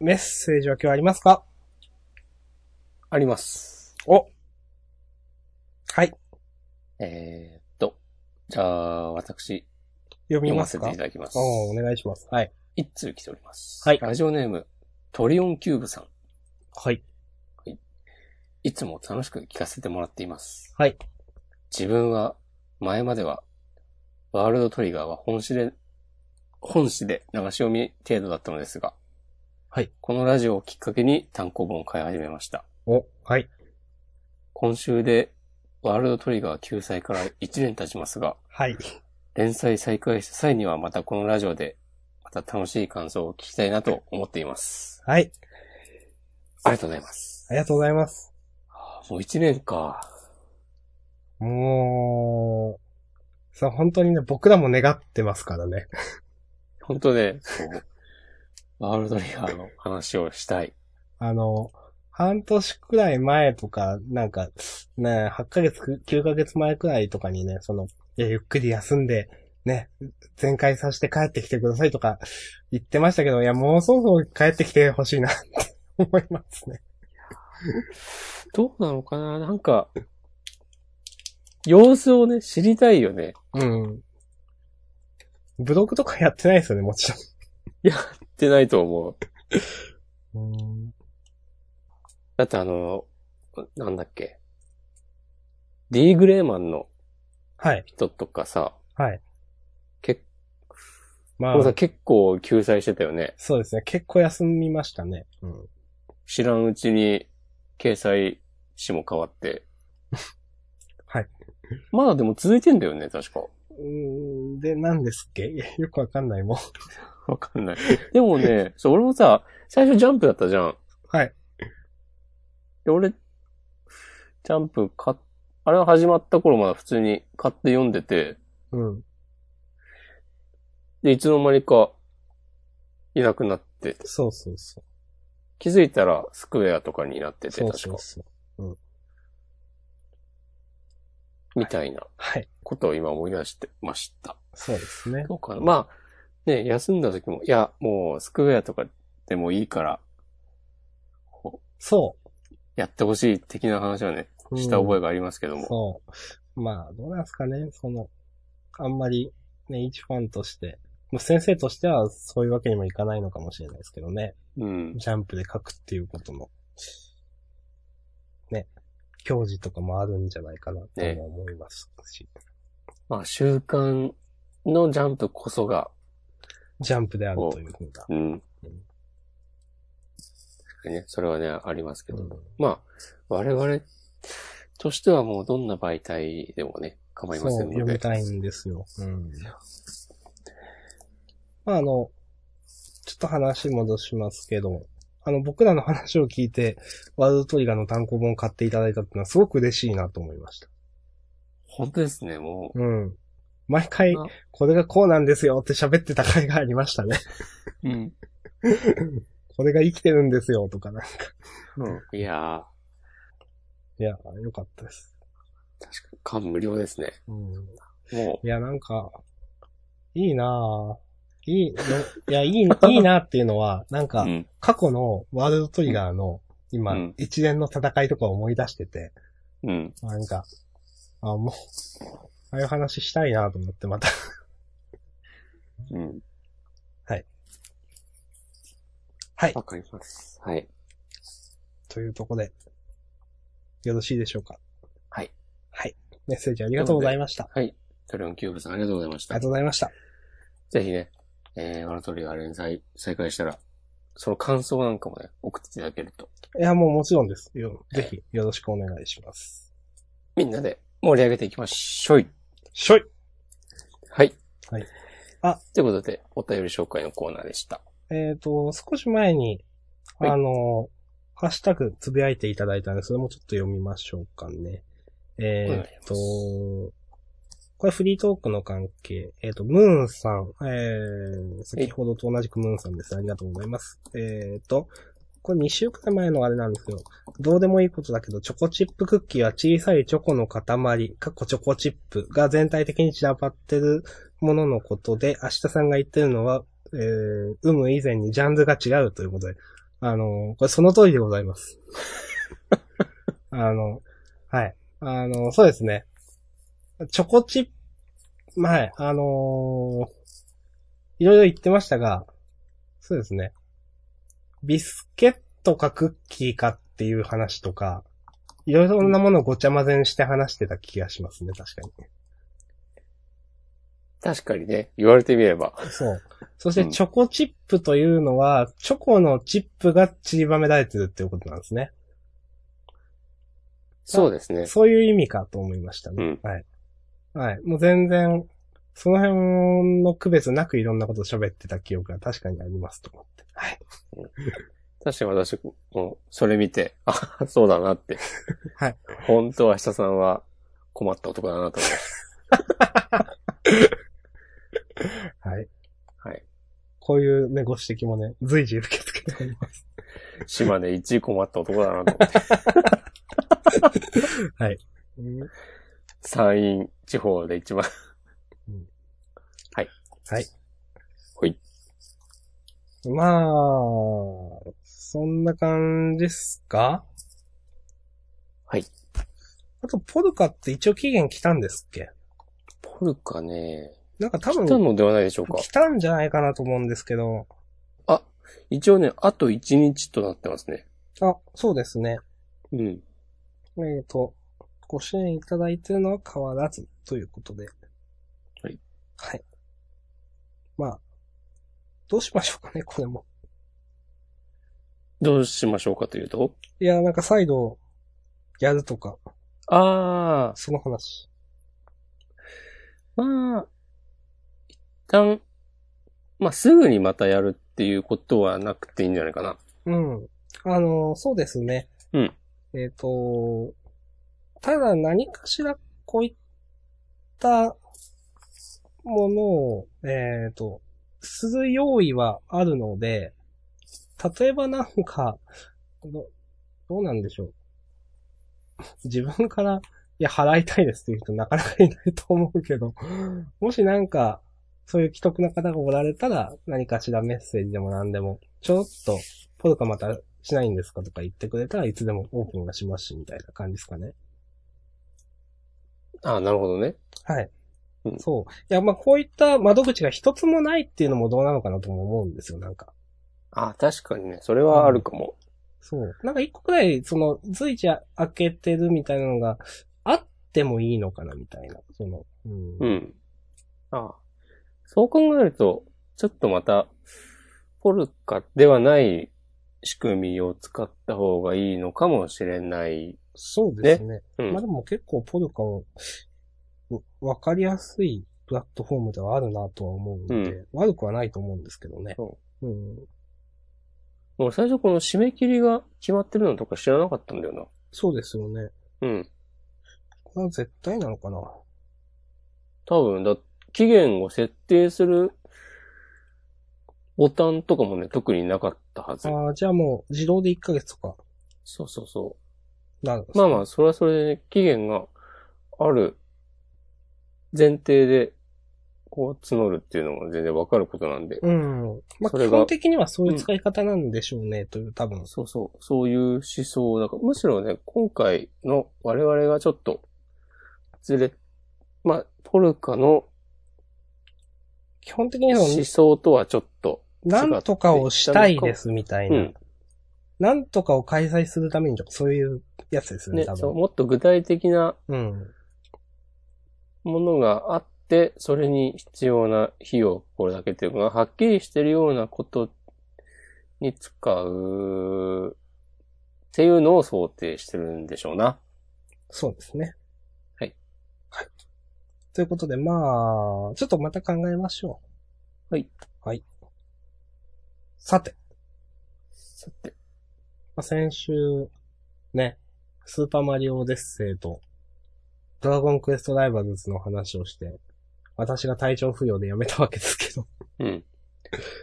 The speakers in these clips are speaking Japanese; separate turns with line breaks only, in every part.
メッセージは今日ありますか
あります。
おはい。
えーっと、じゃあ、私、
読み
読
ま
ますせ
か
ていただきます。
おーお願いします。はい。
一通来ております。
はい
ラジオネーム、トリオンキューブさん。
はい。
いつも楽しく聞かせてもらっています。
はい。
自分は、前までは、ワールドトリガーは本誌で、本誌で流し読み程度だったのですが、
はい。
このラジオをきっかけに単行本を買い始めました。
お、はい。
今週で、ワールドトリガー救済から1年経ちますが、
はい。
連載再開した際にはまたこのラジオで、また楽しい感想を聞きたいなと思っています。
はい。
ありがとうございます。
ありがとうございます。
もう一年か。
もう、さ、本当にね、僕らも願ってますからね。
本当ね、そう。ワールドリガーの話をしたい。
あの、半年くらい前とか、なんか、ね、8ヶ月く、9ヶ月前くらいとかにね、その、いや、ゆっくり休んで、ね、全開させて帰ってきてくださいとか言ってましたけど、いや、もうそろそろ帰ってきてほしいなって思いますね。
どうなのかななんか、様子をね、知りたいよね。
うん。ブログとかやってないですよね、もち
ってないと思う。
ろん。うん。
だってあの、なんだっけ。D グレーマンの
はい。
人とかさ、
はい。
結
ま
構さ、
あ、
結構救済してたよね。
そうですね。結構休みましたね。うん。
知らんうちに、掲載誌も変わって。
はい。
まだでも続いてんだよね、確か。
うーんで、何ですっけ よくわかんないもん。
わかんない。で もね、そう、俺もさ、最初ジャンプだったじゃん。
はい。
で、俺、ジャンプ買っ、あれが始まった頃まだ普通に買って読んでて、
うん。
で、いつの間にか、いなくなって、
そうそうそう。
気づいたらスクエアとかになってて、
そ
確
う
か。
そうそう。
みたいな
はい。
ことを今思い出してました。
そうですね。
そうかな。まあ、ね、休んだ時も、いや、もうスクエアとかでもいいから、
そ
やってほしい的な話はね、
う。
した覚
え
えがありますけども。
そう。まあ、どうなんですかね。その、あんまり、ね、一ファンとして、もう先生としてはそういうわけにもいかないのかもしれないですけどね。
うん。
ジャンプで書くっていうことの、ね、教示とかもあるんじゃないかなとも思いますし、
まあ、週刊のジャンプこそが、
ジャンプであるというふうな。
うん。確かにね、それはね、ありますけど。
うん
まあ、我々としてはもうどんな媒体でもね、構いませ、
そうん読
の
み
で。
たいんですよ。うん。まあ、あの、ちょっと話戻しますけど、あの、僕らの話を聞いて、ワールドトリガーの単行本を買っていただいたっていうのはすごく嬉しいなと思いました。
本当ですね、も
うん。毎回
あ、
これがこうなんですよって喋ってた回がありましたね。
う。うん。
これが生きてるんですよとかな。
いや
いや、よかったです。
ー、確かに感無量ですね。
うん。
も
いや、なんか、いいなぁ。いい、のいや、いい、いいなっていうのは、なん
う。
か、
ん。
過去のワールドトリガーの今、
うん
一連の戦いとかを思い出してて、
うん。
なんか、あ、もう、ああいう話したいなと思ってまた。
うん。
はい。はい
わかります。はい。
というとこで、よろしいでしょうか。
はい。
はい。メッセージありがとうございました。
はい。トリオンキューブさん、ありがとうございまし
あり
た
が。とうございました。
ぜひね、えー、ワラトリガー連載再開したら、その感想なんかもね、送っていただけると、
いや、もうもちろんです。よぜひ、よろしくお願いします。
みんなで盛り上げていきましょい。
しょい
はい。
はい。あ、
ということで、お便り紹介のコーナーでした。
えっ、と、少し前に、
はい
あの、ハッシュタグつぶやいていただいたんで、それもちょっと読みましょうかね。えっ、と、これフリートークの関係。えっ、と、ムーンさん。えー、先ほどと同じくムーンさんです。ありがとうございます。えっ、と、これ2週間前のあれなんですけど、どうでもいいことだけど、チョコチップクッキーは小さいチョコの塊、かっこチョコチップが全体的に散らばってるもののことで、明日さんが言ってるのは、えー、有無以前にジャンルが違うということで、あの、これその通りでございます。 あの、はい。あの、そうですね。チョコチップ、はい、あのーいろいろ言ってましたが、そうですね。ビスケットかクッキーかっていう話とか、いろいろなものをごちゃ混ぜにして話してた気がしますね、確かに。
確かにね、言われてみれば。
そう。そして
うん
チョコチップというのは、チョコのチップが散りばめられてるっていうことなんですね。
そうですね。
そういう意味かと思いました
う
ね。
ん。
はい。もう全然、その辺の区別なくいろんなこと喋ってた記憶が確かにありますと思って。はい。
確かに私、もうそれ見て、あ、そうだなって。
はい。
本当は下さんは困った男だなと思いまし
はい。
はい。
こういうね、ご指摘もね、随時受け付けております。
た。島根一位困った男だなと 思って。
うん
山陰地方で一番。
まあ、そんな感じっすか
はい。
あと、ポルカって一応期限来たんですっけ
ポルカね、
なんか多
来た
分、
のではないでしょうか。
来たんじゃないかなと思うんですけど、
一応ね、あと1日となってますね。
あ、そうですね。
うん。
えっ、と、ご支援いただいてるのは変わらずということで。
はい。
はい。まあ、どうしましょうかね、これも。
どうしましょうかというと
いや、なんか再度、やるとか、
あ
その話。
あ、まあ、一旦、まあすぐにまたやるっていうことはなくていいんじゃないかな。
うん。あの、そうですね。
うん。
えっ、と、ただ何かしらこういったものを、えっ、と、する用意はあるので、例えばなんか、どどうなんでしょう。自分から、いや、払いたいですっていう人なかなかいないと思うけど、もしなんか、そういう既得な方がおられたら、何かしらメッセージでも何でも、ちょっと、ポルカまたしないんですかとか言ってくれたらいつでもオープンがしますし、みたいな感じですかね。
ああ、なるほどね。
はい。
うん
そう。いや、まあ、こういった窓口が一つもないっていうのもどうなのかなとも思うんですよ、なんか。
ああ、確かにね、それはあるかも。
そう。なんか一個くらい、その、随時開けてるみたいなのがあってもいいのかな、みたいな。その、うん。
うん。ああ。そう考えると、ちょっとまた、ポルカではない仕組みを使った方がいいのかもしれない。
そうですね。
うん
まあ、でも結構ポルカを、うわかりやすいプラットフォームではあるなとは思うので、
う
悪くはないと思うんですけどね。。
そう
うん。
俺最初この締め切りが決まってるのとか知らなかったんだよ
そうですよね。
な。うん。
これは絶対なのかな
多分、だ、期限を設定するボタンとかもね、特になかったはず。
ああ、じゃあもう自動で1ヶ月とか
そうそうそ
なるんで
う。まあまあ、それはそれでね、期限がある前提で、こう募るっていうのも全然わかることなんで。
うん。まあ
そ
基
れが
本的にはそういう使い方なんでしょうね、という、多分。
そうそう、そういう思想だから、むしろね、今回の我々がちょっと、ずれ、まあ、ポルカの
基本的には
思想とはちょっと、
なんとかをしたいです、みたいうな。な
ん。
んとかを開催するためにとか、そういうやつですよね、
ね
多、
そう、
分。
もっと具体的な
うん。
ものがあって、それに必要な費用、これだけというのがはっきりしてるようなことに使うっていうのを想定してるんでしょうな。
そうですね。
はい。
はい。ということで、まあ、ちょっとまた考えましょう。
はい。
はい。さて、
さて、
まあ、先週、ね、スーパーマリオオデッセイと、ドラゴンクエストライバルズの話をして、私が体調不良でやめたわけですけど。
うん。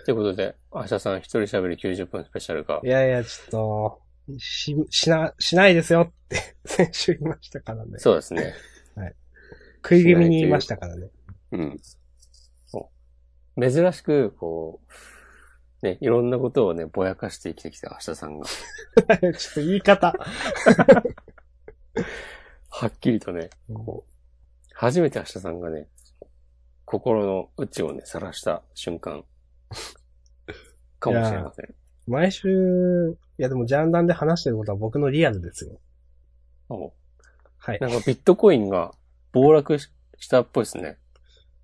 ということで、明日さん一人喋り90分スペシャルが
い、やいや、ちょっと、し、しな、しないですよって、 先週言いましたからね。
そうで すね。
食い気味に言いましたからね。
うん。そう珍しく、こう、ね、いろんなことをね、ぼやかして生きてきた明日さんが、
ちょっと言い方。
はっきりとね、こう、初めて明日さんがね、心の内をね、晒した 瞬間、かもしれません。
毎週、いやでもジャンダンで話してることは僕のリアルですよ。
お
はい
な。んかビットコインが暴落ししたっぽいですね。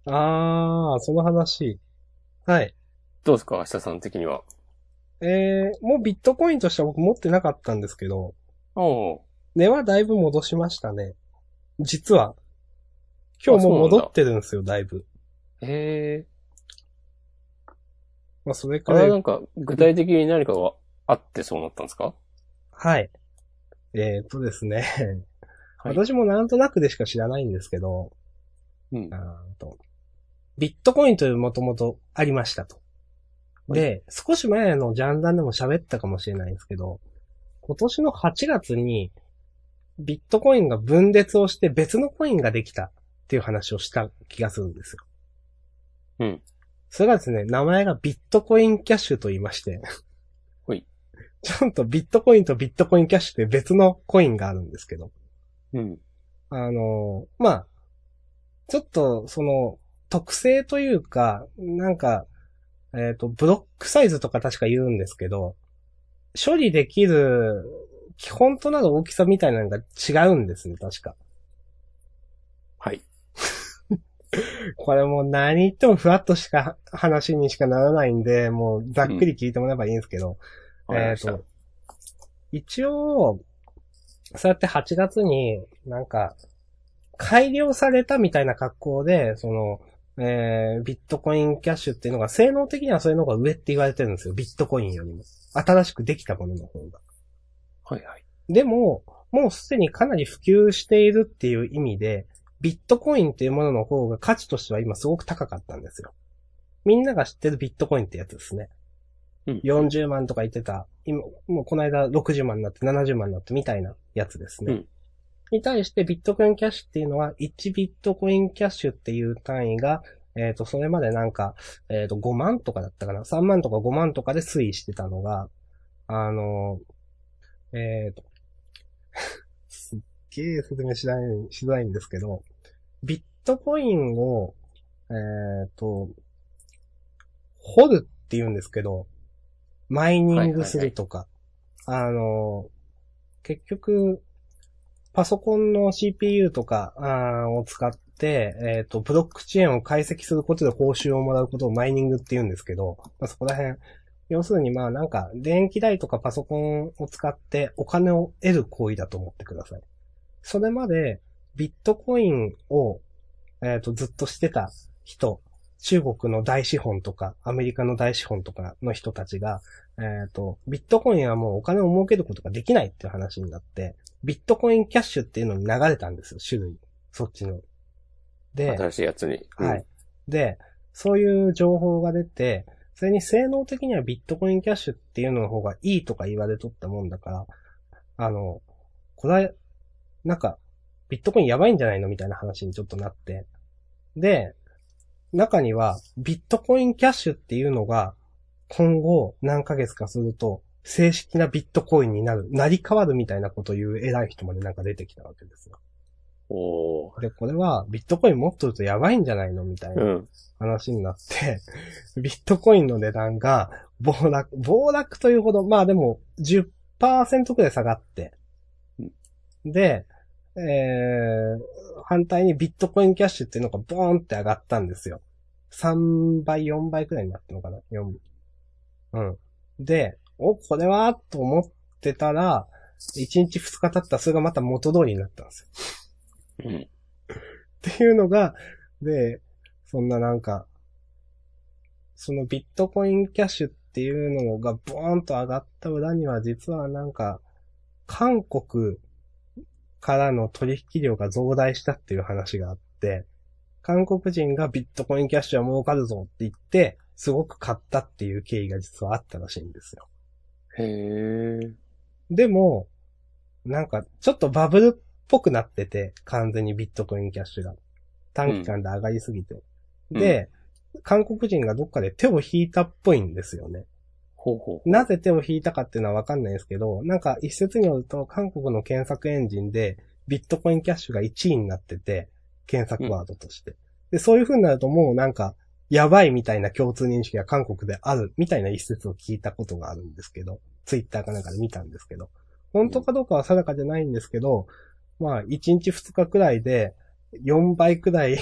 あー、その話。はい。
どうですか明日さん的には。
えー、もうビットコインとしては僕持ってなかったんですけど、
おう
値はだいぶ戻しましたね。実は。今日もう
あそうなんだ
戻ってるんですよ、だいぶ。
へえ。
まあ、それく
あ
ら
れ
い
はなんか具体的に何かがあってそうなったんですか
はい。えー、っとですね、
はい
私もなんとなくでしか知らないんですけど、
うん
あ。ーとビットコインというもともとありましたと。で、少し前のジャンダンでも喋ったかもしれないんですけど、今年の8月にビットコインが分裂をして別のコインができたっていう話をした気がするんですよ。
うん。
それがですね、名前がビットコインキャッシュと言いまして、
ほい。
ちゃんとビットコインとビットコインキャッシュって別のコインがあるんですけど、
うん。
あの、まあ、ちょっと、その、特性というか、なんか、えっ、と、ブロックサイズとか確か言うんですけど、処理できる基本となる大きさみたいなのが違うんですね、確か。
はい。
これもう何言ってもふわっとしか話にしかならないんで、もうざっくり聞いてもらえばいいんですけど、
わかりました
えーと一応、そうやって8月になんか、改良されたみたいな格好で、その、えー、ビットコインキャッシュっていうのが、性能的にはそういうのが上って言われてるんですよ。ビットコインよりも。新しくできたものの方が。
はいはい。
でも、もうすでにかなり普及しているっていう意味で、ビットコインっていうものの方が価値としては今すごく高かったんですよ。みんなが知ってるビットコインってやつですね。
うん。
40万とか言ってた、今、もうこの間60万になって70万になってみたいなやつですね。
うん
に対してビットコインキャッシュっていうのは、1ビットコインキャッシュっていう単位が、えっ、と、それまでなんか、えっ、と、5万とかだったかな。3万とか5万とかで推移してたのが、あの、えっ、と、すっげえ説明しない、しづらいんですけど、ビットコインを、えっ、と、掘るって言うんですけど、マイニングするとか、あの、結局、パソコンの CPU とかあーを使って、えっ、と、ブロックチェーンを解析することで報酬をもらうことをマイニングって言うんですけど、まあ、そこら辺、要するにまあなんか、電気代とかパソコンを使ってお金を得る行為だと思ってください。それまで、ビットコインを、えっ、と、ずっとしてた人、中国の大資本とか、アメリカの大資本とかの人たちが、えっ、と、ビットコインはもうお金を儲けることができないっていう話になって、ビットコインキャッシュっていうのに流れたんですよ、種類。そっちの。で、
新しいやつに。
は。い。で、そういう情報が出て、それに性能的にはビットコインキャッシュっていうのの方がいいとか言われとったもんだから、あの、これ、なんか、ビットコインやばいんじゃないのみたいな話にちょっとなって。で、中には、ビットコインキャッシュっていうのが、今後何ヶ月かすると、正式なビットコインになる、成り変わるみたいなことを言う偉い人までなんか出てきたわけですよ。
おー。
で、これは、ビットコイン持っとるとやばいんじゃないのみたいな。
うん。
話になって、 ビットコインの値段が暴落、暴落というほど、まあでも10%くらい下がって
うん、
で、えー、反対にビットコインキャッシュっていうのがボーンって上がったんですよ。3倍、4倍くらいになったのかな ?4。うん。で、お、これはと思ってたら、1日2日経ったらそれがまた元通りになったんですよ
うん。
っていうのが、で、そんななんか、そのビットコインキャッシュっていうのがボーンと上がった裏には実はなんか、韓国からの取引量が増大したっていう話があって、韓国人がビットコインキャッシュは儲かるぞって言って、すごく買ったっていう経緯が実はあったらしいんですよ。
へえ。
でも、なんか、ちょっとバブルっぽくなってて、完全にビットコインキャッシュが。短期間で上がりすぎて。
うん
で、韓国人がどっかで手を引いたっぽいんですよね。
ほうほう。
なぜ手を引いたかっていうのはわかんないですけど、なんか一説によると、韓国の検索エンジンで、ビットコインキャッシュが1位になってて、検索ワードとして。で、そういう風になるともうなんか、やばいみたいな共通認識が韓国であるみたいな一説を聞いたことがあるんですけど、ツイッターかなんかで見たんですけど、本当かどうかは定かじゃないんですけど、まあ、1日2日くらいで、4倍くらい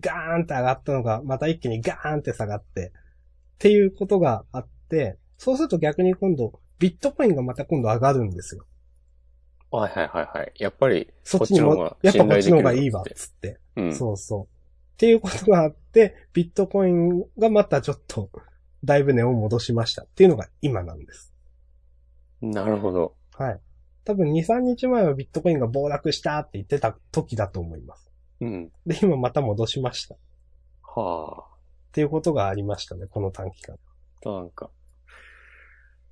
ガーンって上がったのが、また一気にガーンって下がって、っていうことがあって、そうすると逆に今度、ビットコインがまた今度上がるんですよ。
はいはいはいはい。やっぱり、
そっちにも、やっぱこっちの方がいいわ、
信頼できるようになって
つって。
うん。
そうそう。っていうことがあって、ビットコインがまたちょっと、だいぶ値を戻しましたっていうのが今なんです。
なるほど。
はい。多分2、3日前はビットコインが暴落したって言ってた時だと思います。
うん。
で、今また戻しました。っ
は
ていうことがありましたね、この短期間。
あ。なんか、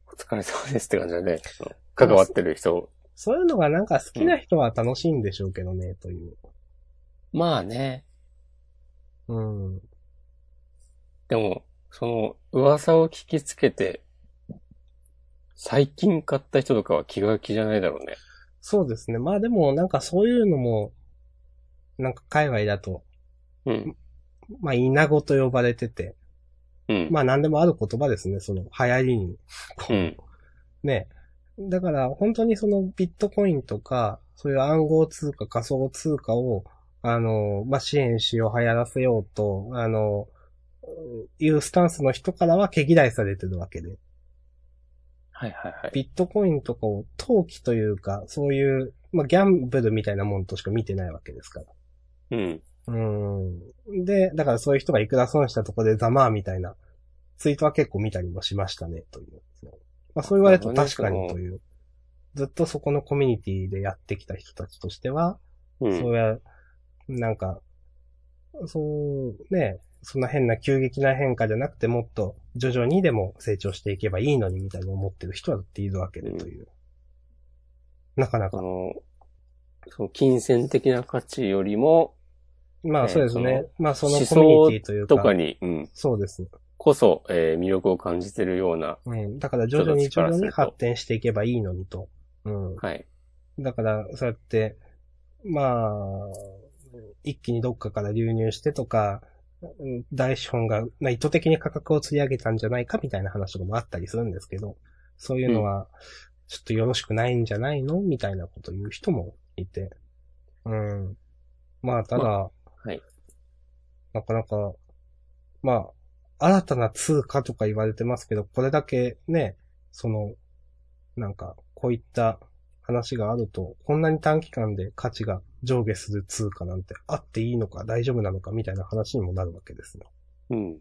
お疲れ様ですって感じだね。その関わってる人。
そういうのがなんか好きな人は楽しいんでしょうけどね、という。
まあね。
うん。
でも、その、噂を聞きつけて、最近買った人とかは気が気じゃないだろうね。
そうですね。まあでもなんかそういうのも、なんか海外だと、
うん。
まあ稲子と呼ばれてて、
うん。
まあ何でもある言葉ですね、その流行りに。こう
うん
ね。だから本当にそのビットコインとか、そういう暗号通貨、仮想通貨を、あの、まあ、支援しよう、流行らせようと、あの、いうスタンスの人からは毛嫌いされてるわけで。
はいはいはい。
ビットコインとかを投機というか、そういう、まあ、ギャンブルみたいなもんとしか見てないわけですから。
うん。
うん。で、だからそういう人がいくら損したとこでざまあみたいなツイートは結構見たりもしましたね、という。まあそう言われると確かにという。ずっとそこのコミュニティでやってきた人たちとしては、
うん。
そうや、なんか、そう、ね、そんな変な急激な変化じゃなくてもっと徐々にでも成長していけばいいのにみたいに思ってる人だっているわけでという。なかな
あ
か。
の、その金銭的な価値よりも、
まあそうです
ね
ね。まあその
思
コミュニティという
想
か。
とかに、うん、
そうですね。
こそ、えー魅力を感じてるような、
うん。だから徐々に徐々に発展していけばいいのにと。うん。
はい。
だから、そうやって、まあ、一気にどっかから流入してとか、うん大資本が、まあ、意図的に価格を釣り上げたんじゃないかみたいな話とかもあったりするんですけど、そういうのは、ちょっとよろしくないんじゃないのみたいなことを言う人もいて。うん。まあ、ただ、
はい
なかなか、まあ、新たな通貨とか言われてますけど、これだけね、その、なんか、こういった話があると、こんなに短期間で価値が上下する通貨なんてあっていいのか大丈夫なのかみたいな話にもなるわけですよ。
うん。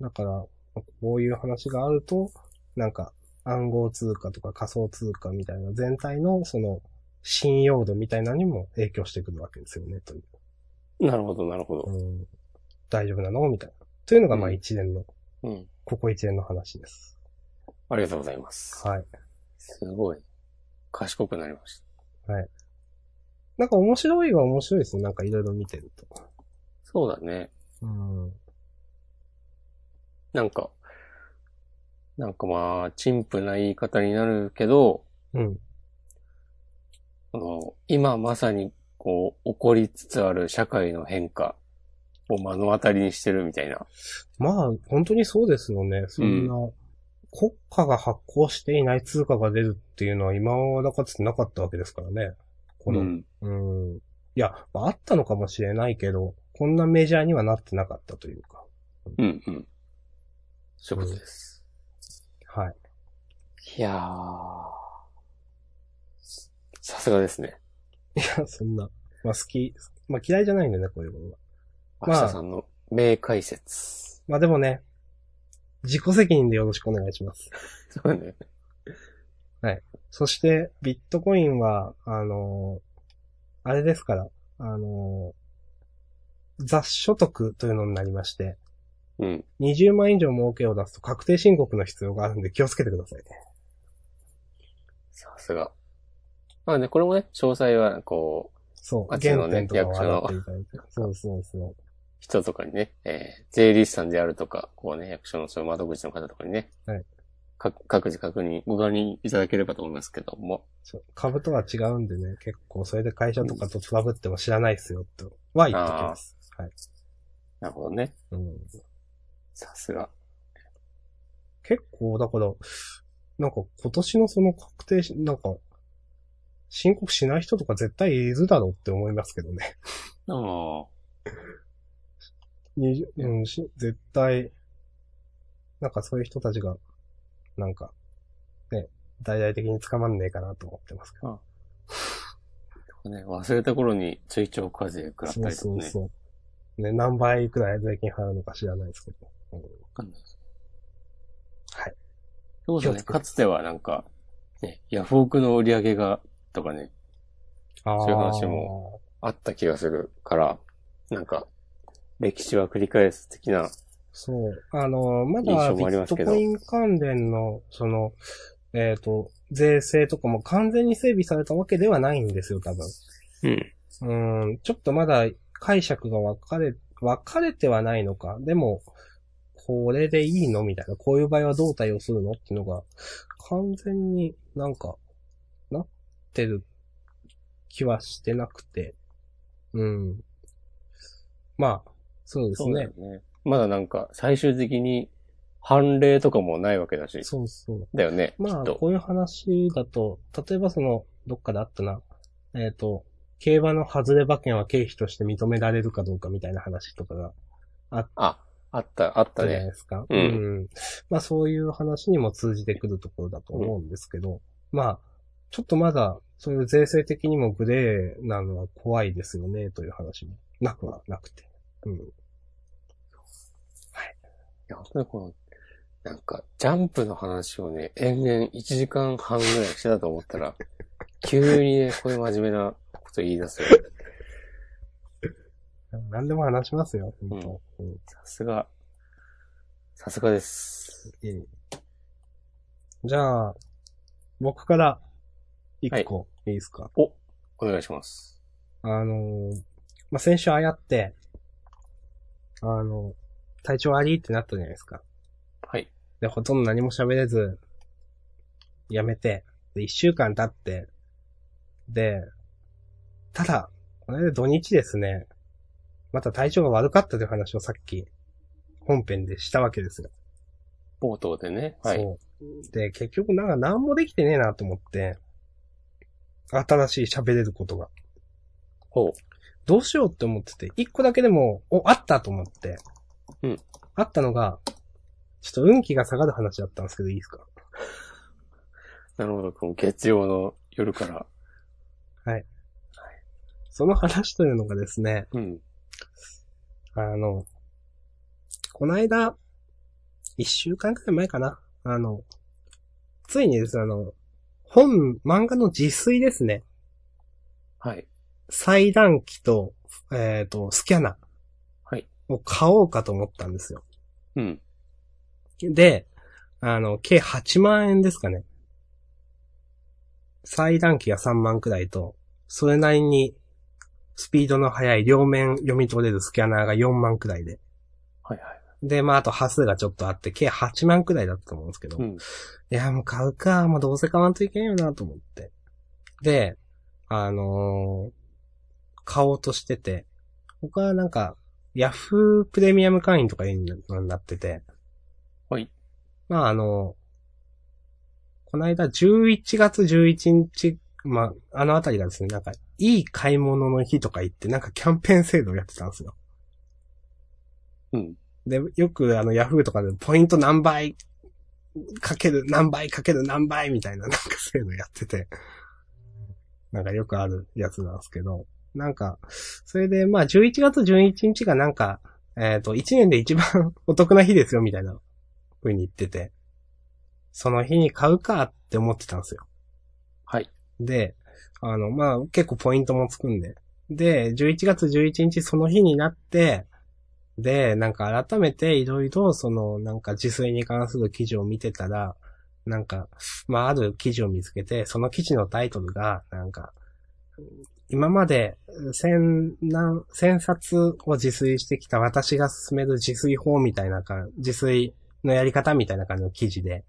だから、こういう話があると、なんか暗号通貨とか仮想通貨みたいな全体のその信用度みたいなのにも影響してくるわけですよね、という。
なるほど、なるほど。
うん大丈夫なのみたいな。というのがまあ
うん
一連の、
うん。
ここ一連の話です。
ありがとうございます。
はい。
すごい。賢くなりました。
なんか面白いは面白いですね。なんかいろいろ見てると。
そうだね。
うん。
なんか、なんかまあ、陳腐な言い方になるけど、
うん。
あの、今まさに、こう、起こりつつある社会の変化を目の当たりにしてるみたいな。
まあ、本当にそうですよね。そんな、国家が発行していない通貨が出るっていうのは今はだかつてなかったわけですからね。この、
う
うん、
ん。
いや、まあ、あったのかもしれないけど、こんなメジャーにはなってなかったというか。
うん、うん。そういうことです。
はい。
いやー。さすがですね。
いや、そんな。まあ好き、まあ嫌いじゃないんだよね、こういうものは。
明
まあ
日さんの名解説。
まあでもね、自己責任でよろしくお願いします。
そうだね。
そして、ビットコインは、あのーあれですから、あのー雑所得というのになりまして、
うん。
20万円以上儲けを出すと確定申告の必要があるんで気をつけてくださいね。
さすが。まあね、これもね、詳細は、こう、
そう。
あっちの
原
ね
点とかを洗っていただいて。そうそうそ
人とかにね、えー、税理士さんであるとか、こうね、役所のそういう窓口の方とかにね、
はい
か各自確認、ご確認いただければと思いますけども。
そう株とは違うんでね、結構それで会社とかとトラブっても知らないですよ、とは言っときます。はい。
なるほどね。
うん。
さすが。
結構、だから、なんか今年のその確定し、なんか、申告しない人とか絶対いるだろうって思いますけどね。
ああ。
にうん、し絶対、なんかそういう人たちが、なんか、ね、大々的に捕まんねえかなと思ってますけど。
ね、忘れた頃に追徴課税食らったりとか
そう
ね。
そうそう。ね、何倍くらい税金払うのか知らないですけど。うん
わかんないです。
はい。
そうだ
気を
ね。
つけて
かつてはなんか、ね、ヤフオクの売り上げが、とかね、
あ
そういう話も。あった気がするから、なんか、歴史は繰り返す的な、
そう。あの、ま
印
だ
象
ビ
もあり
ッ
ます
ト
けど
コイン関連の、その、えっ、と、税制とかも完全に整備されたわけではないんですよ、多分。
うん。
うん、ちょっとまだ解釈が分かれ、分かれてはないのか。でも、これでいいのみたいな。こういう場合はどう対応するのっていうのが、完全になんか、なってる気はしてなくて。うん。まあ、そうです
そうだ
ね
よ。ね。まだなんか、最終的に、判例とかもないわけだし、
そうそう。
だよね、き
ま
っ
あ、
と。
こういう話だと、例えばその、どっかであったな、えっ、と、競馬の外れ馬券は経費として認められるかどうかみたいな話とかが
あ、あった、あっ
あったたじゃない
ね。
ですか。
うん
んまあ、そういう話にも通じてくるところだと思うんですけど、まあ、ちょっとまだ、そういう税制的にもグレーなのは怖いですよね、という話もなくはなくて。うん。
いや、本当にこの、なんか、ジャンプの話をね、延々1時間半ぐらいしてたと思った ら、急にね、こういう真面目なこと言い出すよ。
何でも話しますよ、本当。うん
さすが。さすがです。
ええじゃあ、僕から一個いいですか、
お願いします。
あのーまあ、先週ああやって、あの、体調悪いってなったじゃないですか。
はい。
で、ほとんど何も喋れず、やめて、で、一週間経って、で、ただ、これで土日ですね、また体調が悪かったという話をさっき、本編でしたわけですよ。
冒頭でね。はい。
そう。で、結局なんか何もできてねえなと思って、新しい喋れることが。
ほう。
どうしようって思ってて、一個だけでも、お、あったと思って。
うん。
あったのが、ちょっと運気が下がる話だったんですけど、いいですか
なるほど。この月曜の夜から。
その話というのがですね、
うん。
あの、この間、一週間くらい前かな。あの、ついにですね、あの、本、漫画の自炊ですね。
はい。
裁断機と、えっ、と、スキャナ
はい。
を買おうかと思ったんですよ。
うん。
で、あの、計8万円ですかね。裁断機が3万くらいと、それなりに、スピードの速い両面読み取れるスキャナーが4万くらいで。
はいはい。
で、まあ、あと、端数がちょっとあって、計8万くらいだったと思うんですけど。
う
い
ん。
や、もう買うか、もうどうせ買わんといけんよな、と思って。で、あのー買おうとしてて、僕はなんか、ヤフープレミアム会員とかいうのになってて、
はい。
まあ、あのーこの間、11月11日、まあ、あのあたりがですね、なんか、いい買い物の日とか言って、なんかキャンペーン制度をやってたんですよ。
うん。
で、よくあの、ヤフーとかでポイント何倍、かける何倍かける何倍みたいななんかそういうのやってて、なんかよくあるやつなんですけど、なんか、それでまあ11月11日がなんか、えっ、と、1年で一番 お得な日ですよみたいな風に言ってて、その日に買うかって思ってたんですよ。
はい。
で、あの、まあ、結構ポイントもつくんで。で、11月11日その日になって、で、なんか改めていろいろその、なんか自炊に関する記事を見てたら、なんか、まあ、ある記事を見つけて、その記事のタイトルが、なんか、今まで千何、千冊を自炊してきた私が進める自炊法みたいな感じ、自炊のやり方みたいな感じの記事で、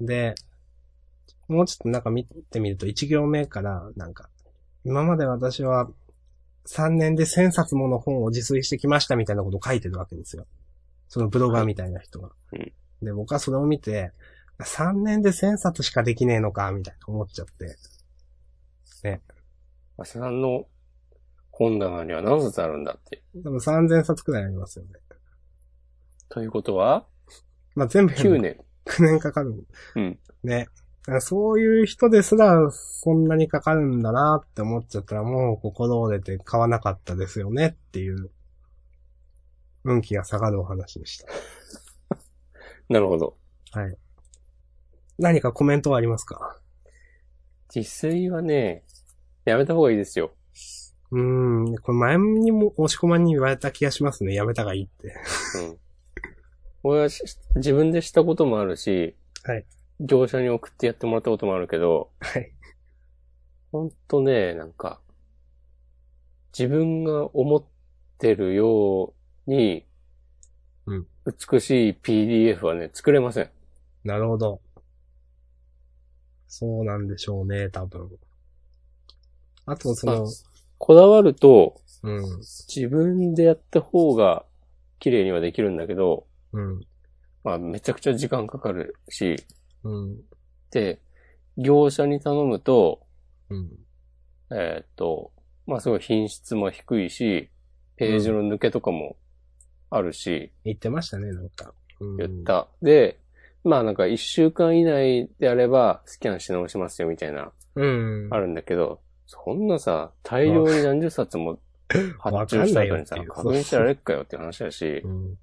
で、もうちょっとなんか見てみると、1行目から、なんか、今まで私は3年で1000冊もの本を自炊してきましたみたいなことを書いてるわけですよ。そのブロガーみたいな人が。
うん
で、僕はそれを見て、3年で1000冊しかできねえのか、みたいな思っちゃって。
マサさんの本棚には何冊あるんだって。
多分3000冊くらいありますよね。
ということは、
まあ、全部
9年。
9年かかる。
うん。
ね。そういう人ですら、そんなにかかるんだなって思っちゃったら、もう心折れて買わなかったですよねっていう、運気が下がるお話でした。
なるほど。
何かコメントはありますか
自炊はね、やめた方がいいですよ。
うーん、これ前にも押し込まんに言われた気がしますね。やめたがいいって。
うん。俺はし自分でしたこともあるし、
はい
業者に送ってやってもらったこともあるけど、
はい。
ほんとね、なんか、自分が思ってるように、
うん
美しい PDF はね、作れません。
なるほど。そうなんでしょうね、多分。あと、その、
こだわると、
うん、
自分でやった方が綺麗にはできるんだけど、
うん、
まあめちゃくちゃ時間かかるし、
うん、
で、業者に頼むと、
うん、
えーっと、まあすごい品質も低いし、ページの抜けとかもあるし、
言ってましたね、なんか。うん
言っ。た。で、まあなんか一週間以内であればスキャンし直しますよみたいな、
うん。
あるんだけど、そんなさ、大量に何十冊も発注した後にさ、
わかんない
確
よっていう
認してられっかよっていう話だし
う、ん。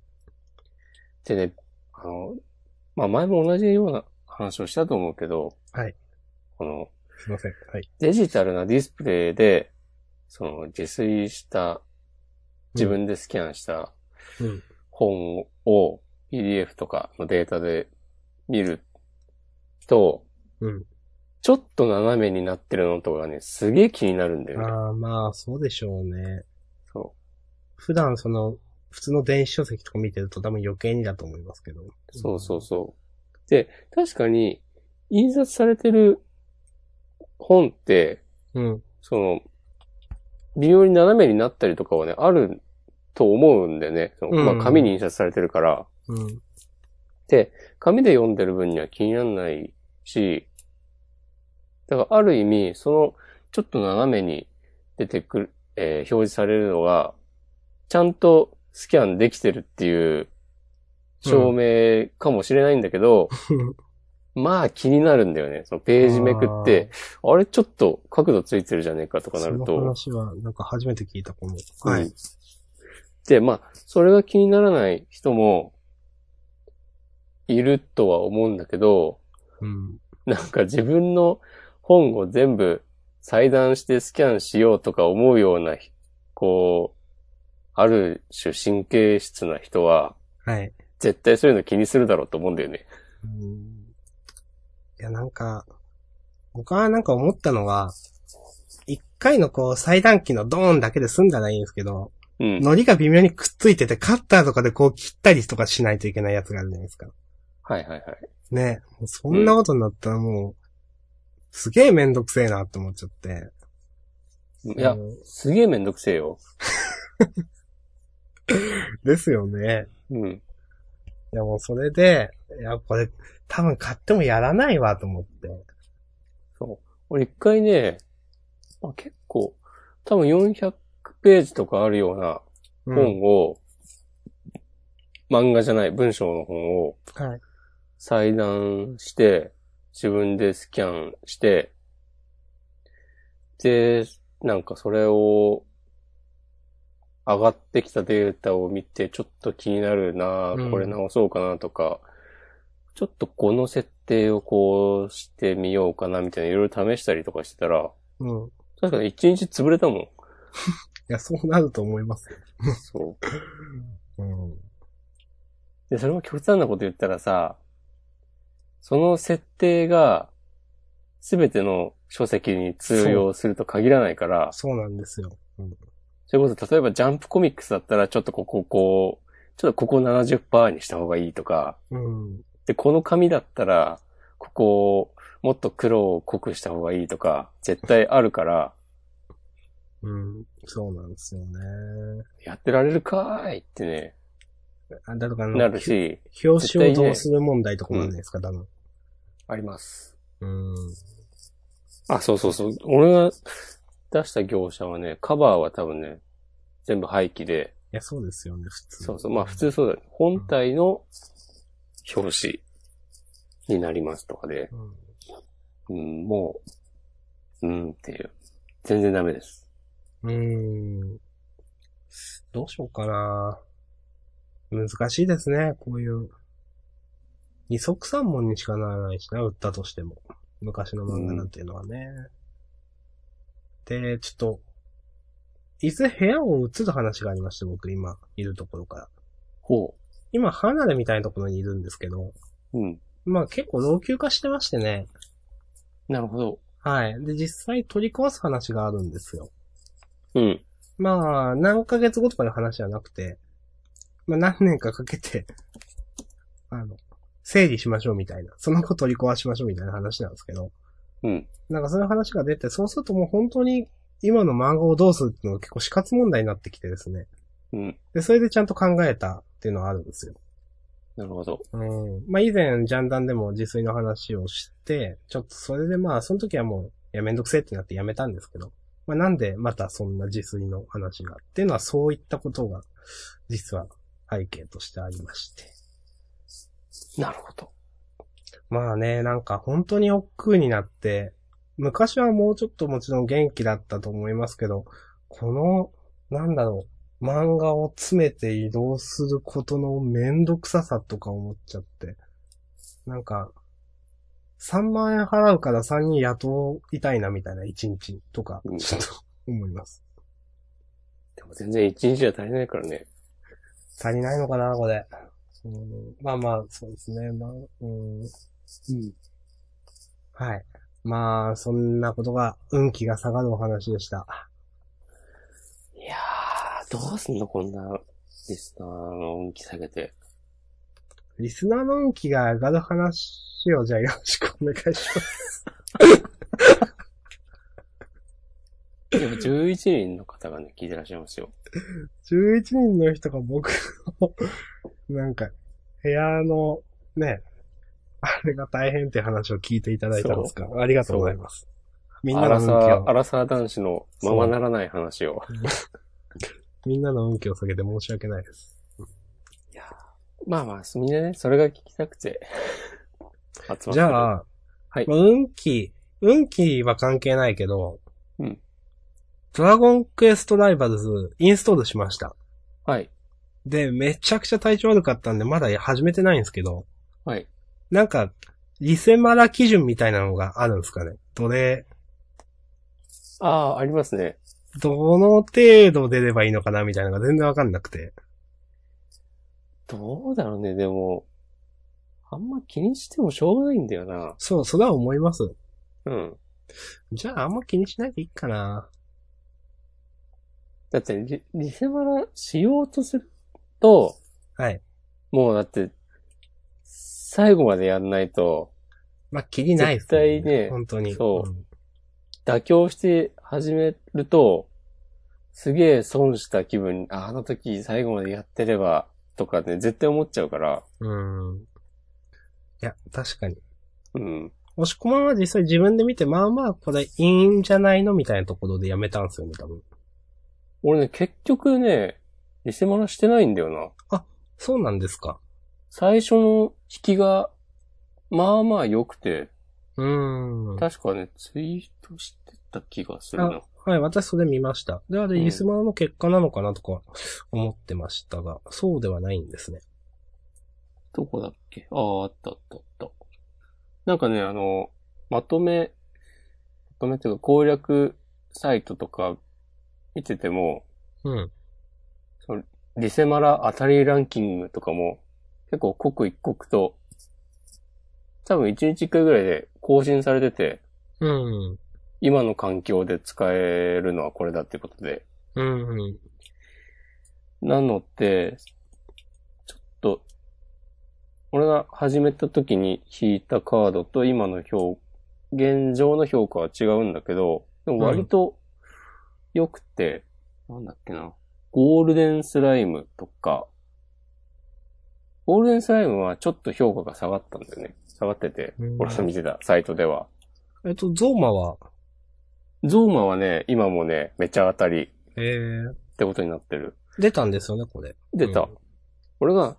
でね、あの、まあ前も同じような話をしたと思うけど、
はい
この、
すいません。はい。
デジタルなディスプレイで、その自炊した、自分でスキャンした
うん。
本を PDF とかのデータで見ると、
うん
ちょっと斜めになってるのとかね、すげえ気になるんだよね。
ああ、まあ、そうでしょうね。
そ
普段その、普通の電子書籍とか見てると多分余計にだと思いますけど。
うそうそうそう。で、確かに、印刷されてる本って、
うん。
その、微妙に斜めになったりとかはね、あると思うんだよね。そのま
うん
あ、紙に印刷されてるから、
うん。
で、紙で読んでる分には気にならないし、だからある意味、その、ちょっと斜めに出てくる、えー表示されるのが、ちゃんとスキャンできてるっていう証明かもしれないんだけど、まあ気になるんだよね。そのページめくって、あれちょっと角度ついてるじゃねえかとかな
そ
る
の
と、
話は、なんか初めて聞いたかも。
うん。。で、まあ、それが気にならない人も、いるとは思うんだけど、
うん。
なんか自分の本を全部裁断してスキャンしようとか思うような、こう、ある種神経質な人は、
はい。
絶対そういうの気にするだろうと思うんだよね。
うん。いや、なんか、僕はなんか思ったのは、一回のこう、裁断機のドーンだけで済んだらいいんですけど、
うん。
糊が微妙にくっついてて、カッターとかでこう切ったりとかしないといけないやつがあるじゃないですか。
はいはいはい。
ね、もうそんなことになったらもう、すげえめんどくせえなって思っちゃって。
いや
う、ん
すげえめんどくせえよ。
ですよね。
うん。
いやもうそれで、いや、これ、多分買ってもやらないわと思って。
俺一回ね、まあ、結構、多分400ページとかあるような
うん。
本を、漫画じゃない文章の本を、
はい。
裁断して、自分でスキャンして、で、なんかそれを、上がってきたデータを見て、ちょっと気になるな、
うん
これ直そうかなとか、ちょっとこの設定をこうしてみようかなみたいな、いろいろ試したりとかしてたら、
うん。い
確かに一日潰れ たも
や、そうなると思いますよ。
ん。そう。
うん。
で、それも極端なこと言ったらさ、その設定が、すべての書籍に通用すると限らないから、そ
そうなんですよ。うん。
れこそ例えばジャンプコミックスだったら、ちょっとここ、こう、ちょっとここ70%にした方がいいとか、
うん。
で、この紙だったら、ここを、もっと黒を濃くした方がいいとか、絶対あるから、
うん。そうなんですよね。
やってられるかーいってね、
あ、だとかあの
なるし、
表紙を
絶対ね
どうする問題とかもあるじゃないですか、多分。
あります。
うん。
あ、そうそうそう。俺が出した業者はね、カバーは多分ね、全部廃棄で、
いや、そうですよね、普通。
そうそう。まあ普通そうだね。本体の表紙になりますとかで、
うん。
うん、もう、うんっていう。全然ダメです。
うーん。どうしようかな難しいですね、こういう。二足三本にしかならないしな、売ったとしても。昔の漫画なんていうのはね。で、ちょっと、いずれ部屋を移る話がありまして、僕今、いるところから。
ほ
今、離れみたいなところにいるんですけど、
う。うん。
まあ結構老朽化してましてね。
なるほど。
はい。で、実際取り壊す話があるんですよ。
うん。
まあ、何ヶ月後とかの話じゃなくて、まあ何年かかけて、 あの、整理しましょうみたいな、その子取り壊しましょうみたいな話なんですけど、
うん。
なんかそういう話が出て、そうするともう本当に今の漫画をどうするっていうのが結構死活問題になってきてですね。
うん。
で、それでちゃんと考えたっていうのはあるんですよ。
なるほど。
うん。まあ以前、ジャンダンでも自炊の話をして、ちょっとそれでまあ、その時はもう、いやめんどくせえってなってやめたんですけど、まあなんでまたそんな自炊の話がっていうのはそういったことが、実は背景としてありまして。
なるほど。
まあね、なんか本当に億劫になって、昔はもうちょっともちろん元気だったと思いますけど、この、なんだろう、漫画を詰めて移動することのめんどくささとか思っちゃって、なんか、3万円払うから3人雇いたいなみたいな1日とか
うん、
ちょっと思います。
でも全然一日じゃ足りないからね。
足りないのかな、これ。うんまあまあ、そうですね。まあ、うん
うん。
はい。まあ、そんなことが、運気が下がるお話でした。
いやー、どうすんのこんなリスナーの運気下げて。
リスナーの運気が上がる話をじゃあよろしくお願いします。
でも11人の方がね、聞いてらっしゃいますよ。
11人の人が僕の、なんか、部屋の、ね、あれが大変って話を聞いていただいたんですかありがとうございます。みん
ア
なの
ラ
運
サ
気
ー、ア
を、
ラサー男子のままならない話を。
みんなの運気を下げて申し訳ないです。
まあまあ、みんなね、それが聞きたくて。 集まってる
じゃ、あ、
はい
まあ運気、運気は関係ないけど、
うん
ドラゴンクエストライバルズインストールしました。
はい、
で、めちゃくちゃ体調悪かったんで、まだ始めてないんですけど、
はい。
なんか、リセマラ基準みたいなのがあるんですかね。どれ、
ああ、ありますね。
どの程度出ればいいのかなみたいなのが全然わかんなくて。
どうだろうね、でも、あんま気にしてもしょうがないんだよな。
そう、それは思います。
うん。
じゃあ、あんま気にしないでいいかな。
だってリ、リセマラしようとすると、
はい。
もうだって、最後までやんないと、
まあ、気にないですもん
絶対ね
本当に。
そうん妥協して始めると、すげえ損した気分に、ああの時最後までやってれば、とかね、絶対思っちゃうから、
うん。いや、確かに。
うん。
押し込まんは実際自分で見て、まあまあ、これいいんじゃないのみたいなところでやめたんですよね、多分。
俺ね、結局ね、リセマラしてないんだよな。
そうなんですか。
最初の引きが、まあまあ良くて、
うーん。
確かね、ツイートしてた気がするな
あ。はい、私それ見ました。で、あれ、
うん
リスマーの結果なのかなとか思ってましたが、そうではないんですね。
どこだっけああ、あったあったあった。なんかね、あの、まとめ、まとめっていうか攻略サイトとか見てても、
うん。
リセマラ当たりランキングとかも結構刻一刻と、多分1日1回ぐらいで更新されてて、
うん。
今の環境で使えるのはこれだっていうことで、
うん、うん。
なので、ちょっと、俺が始めた時に引いたカードと今の評、現状の評価は違うんだけど、でも割と良くて、なんだっけな、ゴールデンスライムとか、ゴールデンスライムはちょっと評価が下がったんだよね。下がってて、
うん
俺が見てたサイトでは。
えっと、ゾーマは、
ゾーマはね、今もね、めちゃ当たり
えー、
ってことになってる。
出たんですよね、これ。
出た。
うん
俺が、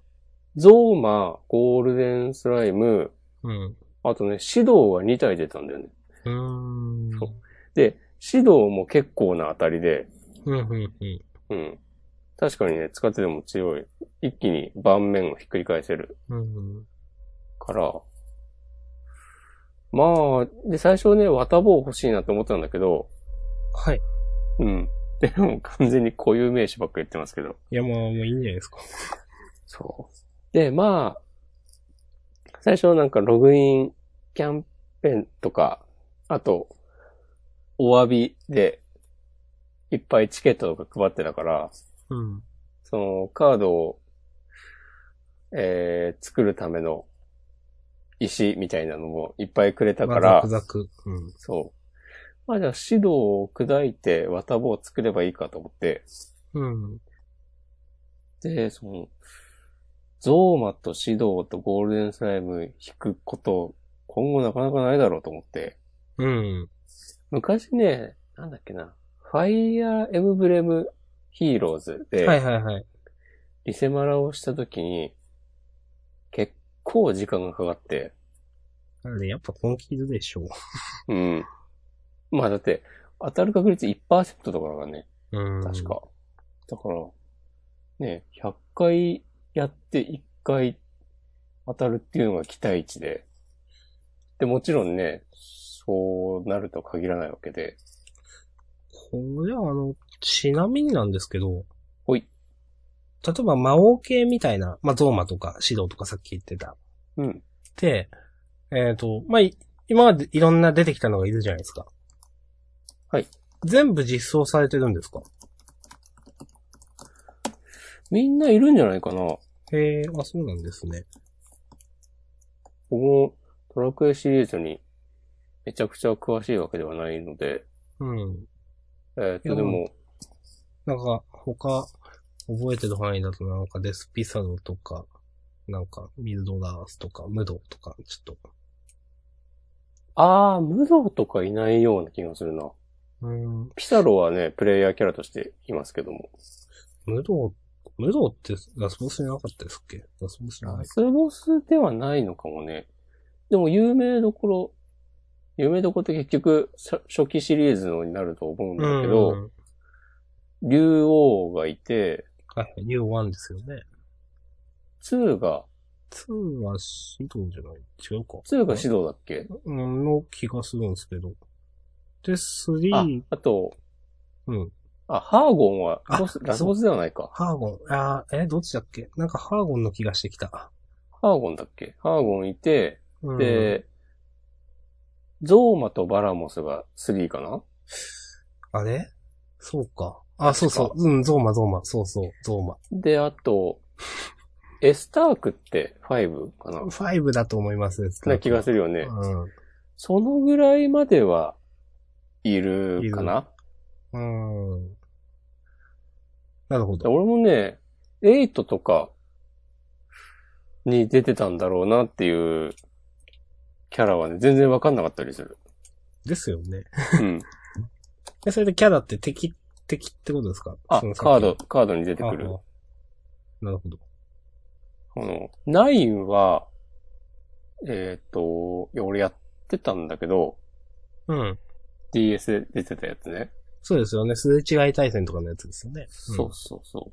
ゾーマ、ゴールデンスライム、
うん。
あとね、シドウが2体出たんだよね。
うーん。
そうで、シドウも結構な当たりで、
うん、うん、うん。
うん。確かにね、使ってても強い。一気に盤面をひっくり返せる
うんうん。
から。まあ、で、最初ね、綿棒欲しいなと思ったんだけど、
はい。
うん。でも完全に固有名詞ばっか言ってますけど。
いや、まあ、もういいんじゃないですか。
そう。で、まあ、最初なんかログインキャンペーンとか、あと、お詫びで、いっぱいチケットとか配ってたから、
うん。
そのカードを、えー、作るための石みたいなのもいっぱいくれたから、
まあザクザク。うん。
そう。まあじゃあ指導を砕いて綿棒を作ればいいかと思って、
うん。
で、その、ゾーマとシドウとゴールデンスライム引くこと、今後なかなかないだろうと思って。
うん。
昔ね、なんだっけな、ファイアーエムブレムヒーローズ
はい
で、
はいはい。
リセマラをした時に、結構時間がかかって、
なんで、やっぱ本気でしょ
うん。まあだって、当たる確率1%とかがね、
う。うん。
確。か。だから、ね、100回やって1回当たるっていうのが期待値で。で、もちろんね、そうなると限らないわけで。
これはあの、ちなみになんですけど。
ほい。
例えば魔王系みたいな、まあ、ゾーマとかシドウとかさっき言ってた。
うん。
で、えっ、と、まあ、い今までいろんな出てきたのがいるじゃないですか。
はい。
全部実装されてるんですか
みんないるんじゃないかな。こ
へえ、あ、そうなんですね。
のドラクエシリーズにめちゃくちゃ詳しいわけではないので。
うん。
えっ、
いや
と、でも、
なんか、他、覚えてる範囲だとなんかデスピサロとか、なんかミルドラースとか、ムドウとか、ちょっと。
あー、無道とかいないような気がするな。
うん。
ピサロはね、プレイヤーキャラとしていますけども。
ムドウ、ムドウってラスボスじゃなかったですっけラスボスじゃな
ラ
い。
スボスではないのかもね。でも有名どころ、有名どころって結局さ初期シリーズのになると思うんだけ
う
ど、
ん
竜王がいて、
はい、ニューワンですよね。
2が、
2はシドウじゃない違うか。
2が指導だっけ
うんの気がするんですけど。で、
あ
3、、
あと、
うん。
あ、ハーゴンは
あ
ボスラスボスではないか。
ハーゴン、あーえ、どっちだっけなんかハーゴンの気がしてきた。
ハーゴンだっけハーゴンいて、
うん、
で、ゾーマとバラモスが3かな
あれそうか。あ、そうそう。うん、ゾーマ、ゾーマ。そうそう、ゾーマ。
で、あ と、エスタークって5かな
5だと思います。
な気が
す
するよね。
うん。
そのぐらいまでは、いるかな
うん。なるほ
で
ど。
俺もね、8とかに出てたんだろうなっていうキャラはね、全然わかんなかったりする。
ですよね。
うん。
で、それでキャラって敵、敵ってことですか
あ、
その先
カード、カードに出てくる
あ。あなるほど。
この、9は、えっ、と、いや、俺やってたんだけど、
うん。
DS で出てたやつね。
そうですよね。すれ違い対戦とかのやつですよね。
そうそうそう。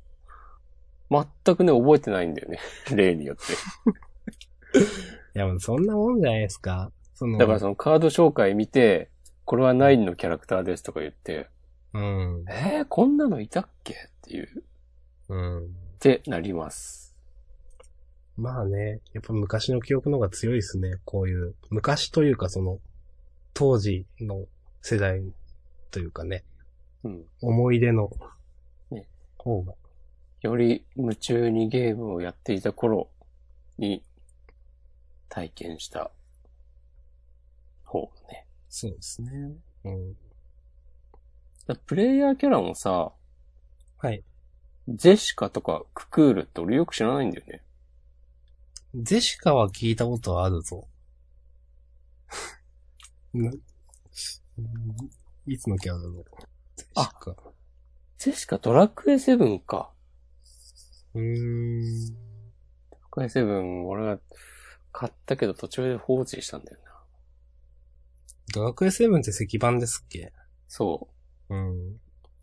全くね、覚えてないんだよね。 例によって。
いや、もうそんなもんじゃないですか。その、
だからそのカード紹介見て、これはナインのキャラクターですとか言って、
うん。
えー、こんなのいたっけっていう、
うん。
ってなります。
まあね、やっぱ昔の記憶の方が強いですね。こういう、昔というかその、当時の世代というかね、
うん。
思い出の
ね、
方が。
より夢中にゲームをやっていた頃に体験した方がね。
そうですね。うん。
だプレイヤーキャラもさ、
はい。
ジェシカとかククールって俺よく知らないんだよね。
ジェシカは聞いたことはある ぞ。なうんいつのキャラだろう。ジェシカ。
ジェシカドラクエ7か。
うーん。
ドラクエ7俺は買ったけど途中で放置したんだよな。
ドラクエ7って石版ですっけ
そ
うん。
う。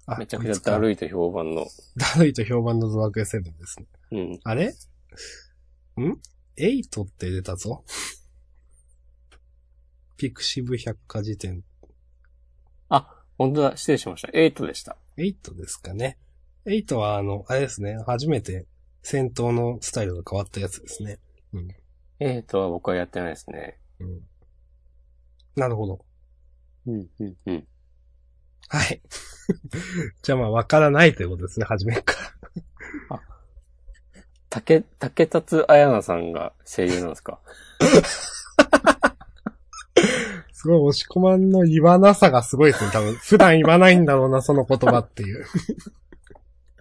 あ
めちゃくちゃだるいと評判の。
だるいと評判のドラクエ7ですね。
うん。
あれん ?8 って出たぞ。 ピクシブ百科事典。
あ、本当だ。失礼しました。8でした。
8ですかね。8はあの、あれですね。初めて戦闘のスタイルが変わったやつですね。
8は僕はやってないですね。
うん。なるほど。
うん、うん、うん。
はい。 じゃあまあ、わからないということですね、初めから。
竹、竹達彩菜さんが声優なんですか
すごい、押し込まんの言わなさがすごいですね、多分。普段言わないんだろうな、その言葉っていう。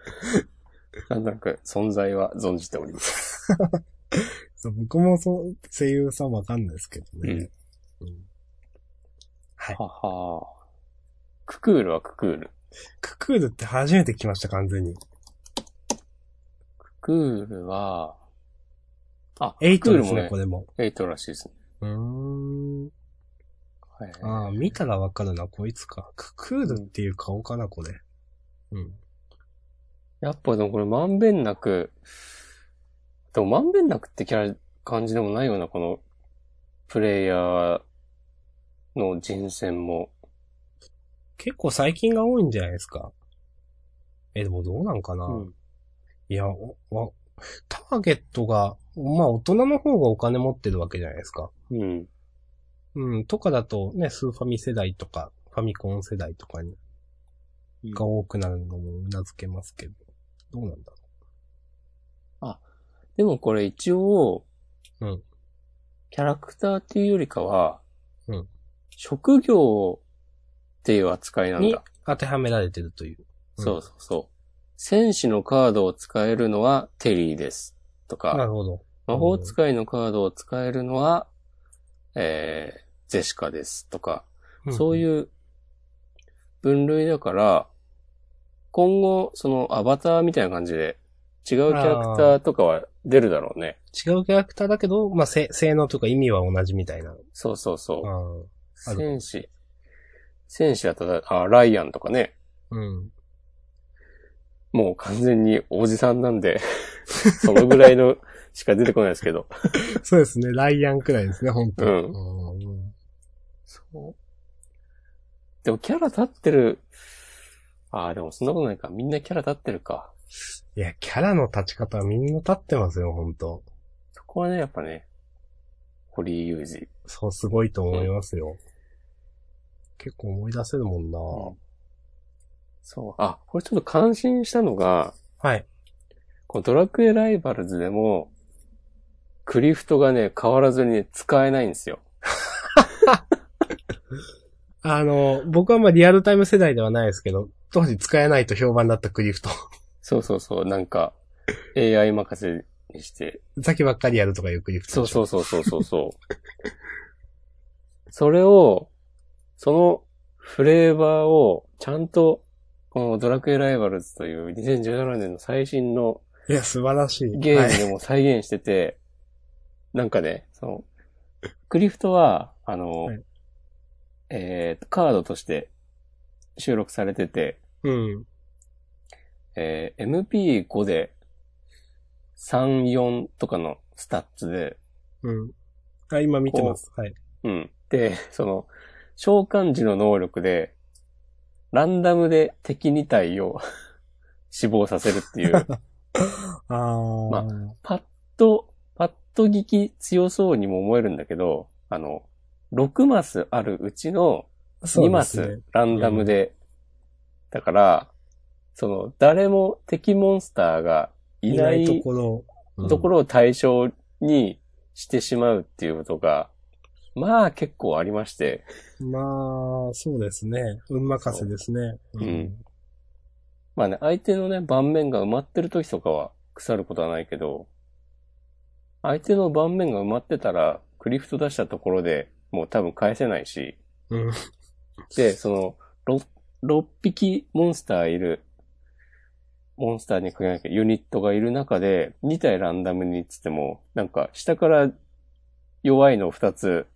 なんとなく存在は存じております。
そう僕もそう、声優さんわかんないですけどね。うんはい。
ははククールはククール。
ククールって初めて来ました、完全に。
ククールは、あ、
エイト
ク
で
クール
す
も
ね、
ね
こ、れも。
エイトらしいですね。
うーん。
はい、
ああ、見たらわかるな、こいつか。ククールっていう顔かな、これ。うん。
やっぱでもこれまんべんなく、でもまんべんなくってキャラ、感じでもないような、この、プレイヤーの人選も。
結構最近が多いんじゃないですか。え、でもどうなんかな。
うん
いや、おわターゲットが、まあ大人の方がお金持ってるわけじゃないですか。
うん。
うん、とかだとね、スーファミ世代とか、ファミコン世代とかに、
うん
が多くなるのもうなずけますけど。どうなんだろ
でもこれ一応、
うん
キャラクターっていうよりかは、
うん
職業っていう扱いな
う。
ん
に
だ。
当てはめられてるという。うん
そうそうそう。戦士のカードを使えるのはテリーです。と
な
か、
るほど。
魔法使いのカードを使えるのは、えー、ジェシカです。とか、そう
う
いう分類だから、今後、そのアバターみたいな感じで、違うキャラクターとかは出るだろうね。
ん。違うキャラクターだけど、まあ、せ性能とか意味は同じみたいな。
そうそうそ
うん。
う。
ある
戦士。戦士だったら、あ、ライアンとかね。
うん。
もう完全におじさんなんで、 そのぐらいのしか出てこないですけど。
そうですね。ライアンくらいですね、本当
う
うん
そう。でもキャラ立ってる、ああ、でもそんなことないか。みんなキャラ立ってるか。
いや、キャラの立ち方はみんな立ってますよ、本当
そこはね、やっぱね、堀井雄二。
そう、すごいと思いますよ。結構思い出せるもんな、
そう。あ、これちょっと感心したのが、
はい。
このドラクエライバルズでも、クリフトがね、変わらずにね、使えないんですよ。
あの、僕はまあリアルタイム世代ではないですけど、当時使えないと評判だったクリフト。
そうそうそう、なんか、AI 任せにして。
先ばっかりやるとかいうクリフト
そ
で
う
し
そ
ょ。
うそうそうそうそう。それを、そのフレーバーをちゃんと、このドラクエライバルズという2017年の最新の
いや、素晴らしい。
ゲー
は
ム
い。
でも再現してて、なんかね、その、クリフトは、あの、
はい
えーと、カードとして収録されてて、
うん。
えー MP5 で3、4とかのスタッツで、
うん。あ、今見てます。はい。
うん。で、その、召喚時の能力で、ランダムで敵2体を死亡させるっていう、
あー。
まパッと、パッと聞き強そうにも思えるんだけど、あの、6マスあるうちの
そ
2
うで
マ
すね
ス。ランダムで、だから、その、誰も敵モンスターがい
い
な
ないいところ。うん
ところを対象にしてしまうっていうことが、まあ結構ありまして、
まあ、そうですね。運任せですね。
うまあね、相手のね、盤面が埋まってる時とかは腐ることはないけど、相手の盤面が埋まってたら、クリフト出したところでもう多分返せないし、
うん。
で、その、6、6匹モンスターいる、モンスターに限らなきゃユニットがいる中で、2体ランダムにっつっても、なんか、下から弱いのを2つ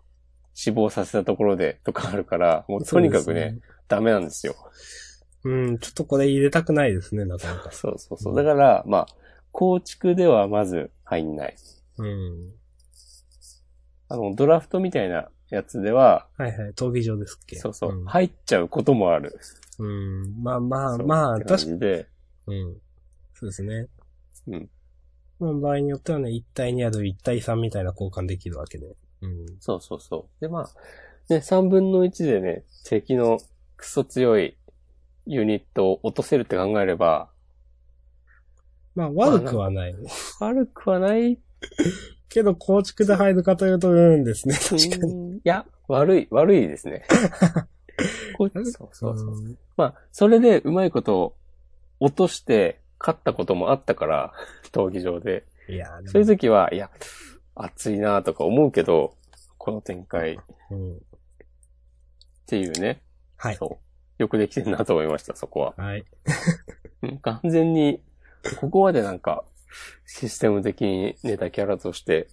死亡させたところでとかあるから、もうとにかくね、ダメなんですよ。
そうですね。うん、ちょっとこれ入れたくないですね、なかなか。
そうそうそうう。
ん
だから、まあ、構築ではまず入んない。
うん。
あの、ドラフトみたいなやつでは、
はいはい、闘技場ですっけ
そうそう、
ん
入っちゃうこともある。
うん。まあまあ
そう
まあ、
って感
確か
じで、
うん。そうですね。
うん。
まあ、場合によってはね、1対2ある1対3みたいな交換できるわけで。うん。
そうそうそう。で、まあ、ね、3分の1でね、敵のクソ強いユニットを落とせるって考えれば、
まあ、悪くはない。
悪くはない。
けど、構築で入るかというと、うんですね。確かに。
に。いや、悪い、悪 いですね。こうそうそうそう。
ん
まあ、それでうまいこと落として勝ったこともあったから、闘技場で。
いや、
そういう
で
時は、いや、熱いなとか思うけど、この展開っ
もうん。
ていうね。
はい。
そう。よくできてるなと思いました、そこは。
はい。
うん完全に、ここまでなんか、システム的にネタキャラとして、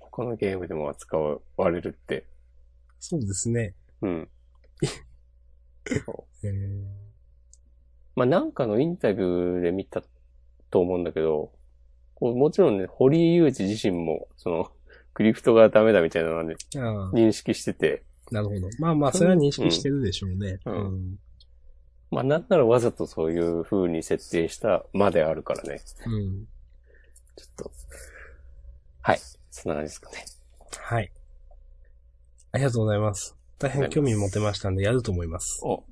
他のゲームでも扱われるって。
そうですね。
うん。
えー
まあ、なんかのインタビューで見たと思うんだけど、こうもちろんね、堀井雄二自身も、その、クリフトがダメだみたいなのはね
ああ、
認識してて、
なるほど。まあまあ、それは認識してるでしょうね。
う
うんん。
まあ、なんならわざとそういう風に設定したまであるからね。
うん。
ちょっと。はい。そんな感じですかね。
はい。ありがとうございます。大変興味持てましたんで、やると思います。
お、よ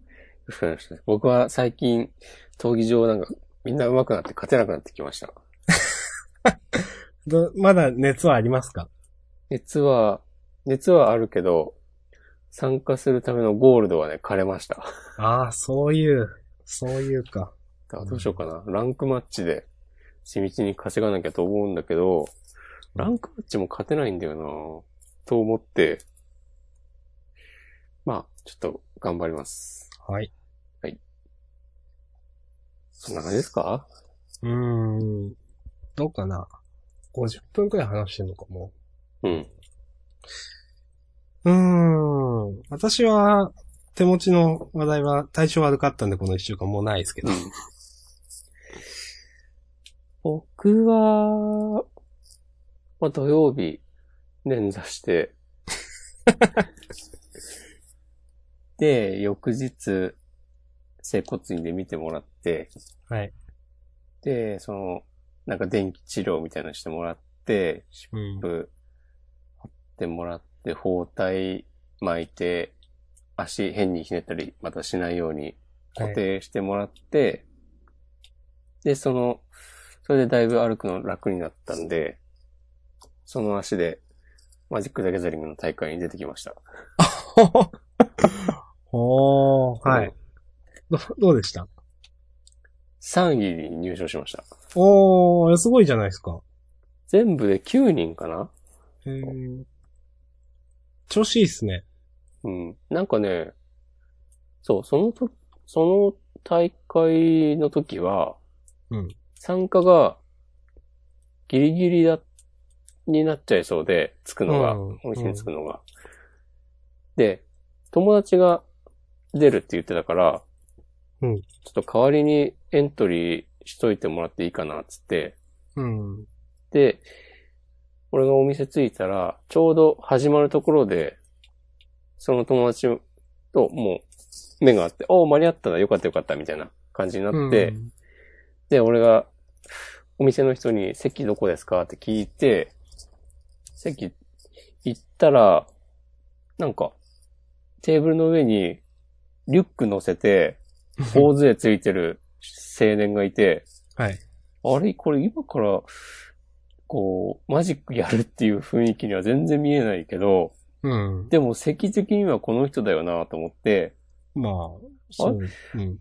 ろしくお願いします。僕は最近、闘技場なんか、みんな上手くなって勝てなくなってきました。
どまだ熱はありますか
熱は、熱はあるけど、参加するためのゴールドはね、枯れました。
ああ、そういう、そういうか。
だからどうしようかな。ランクマッチで、地道に稼がなきゃと思うんだけど、ランクマッチも勝てないんだよなと思って、まあ、ちょっと頑張ります。
はい。
そんな感じですか
うーん。どうかな。50分くらい話してんのかも。
うん。
うーん。私は、手持ちの話題は対象悪かったんで、この一週間もうないですけど。
僕は、まあ、土曜日、捻挫して、 で、翌日、整骨院で見てもらって、
はい。
で、その、なんか電気治療みたいなのしてもらって、シ
うん
ッ。プ貼ってもらって、包帯巻いて、足変にひねったり、またしないように固定してもらって、で、その、それでだいぶ歩くの楽になったんで、その足で、マジック・ザ・ギャザリングの大会に出てきました。
おー、はい。。ど、どうでした
3位に入賞しました。
おー、すごいじゃないですか。
全部で9人かな
へー。調子いいっすね。
うん。なんかね、そう、そのと、その大会の時は、
うん
参加がギリギリだ、になっちゃいそうで、つくのが、
うん
お店につくのが、で、友達が出るって言ってたから、
うん
ちょっと代わりにエントリーしといてもらっていいかなっつって、
うん。
で、俺がお店着いたら、ちょうど始まるところで、その友達ともう目があって、おう間に合ったな、よかったよかった、みたいな感じになって、
うん、
で、俺がお店の人に席どこですかって聞いて、席行ったら、なんか、テーブルの上にリュック乗せて、大杖ついてる青年がいて、
はい。
あれこれ今からこう、マジックやるっていう雰囲気には全然見えないけど、
うん。
でも席的にはこの人だよなと思って、
まあ、そう。うん。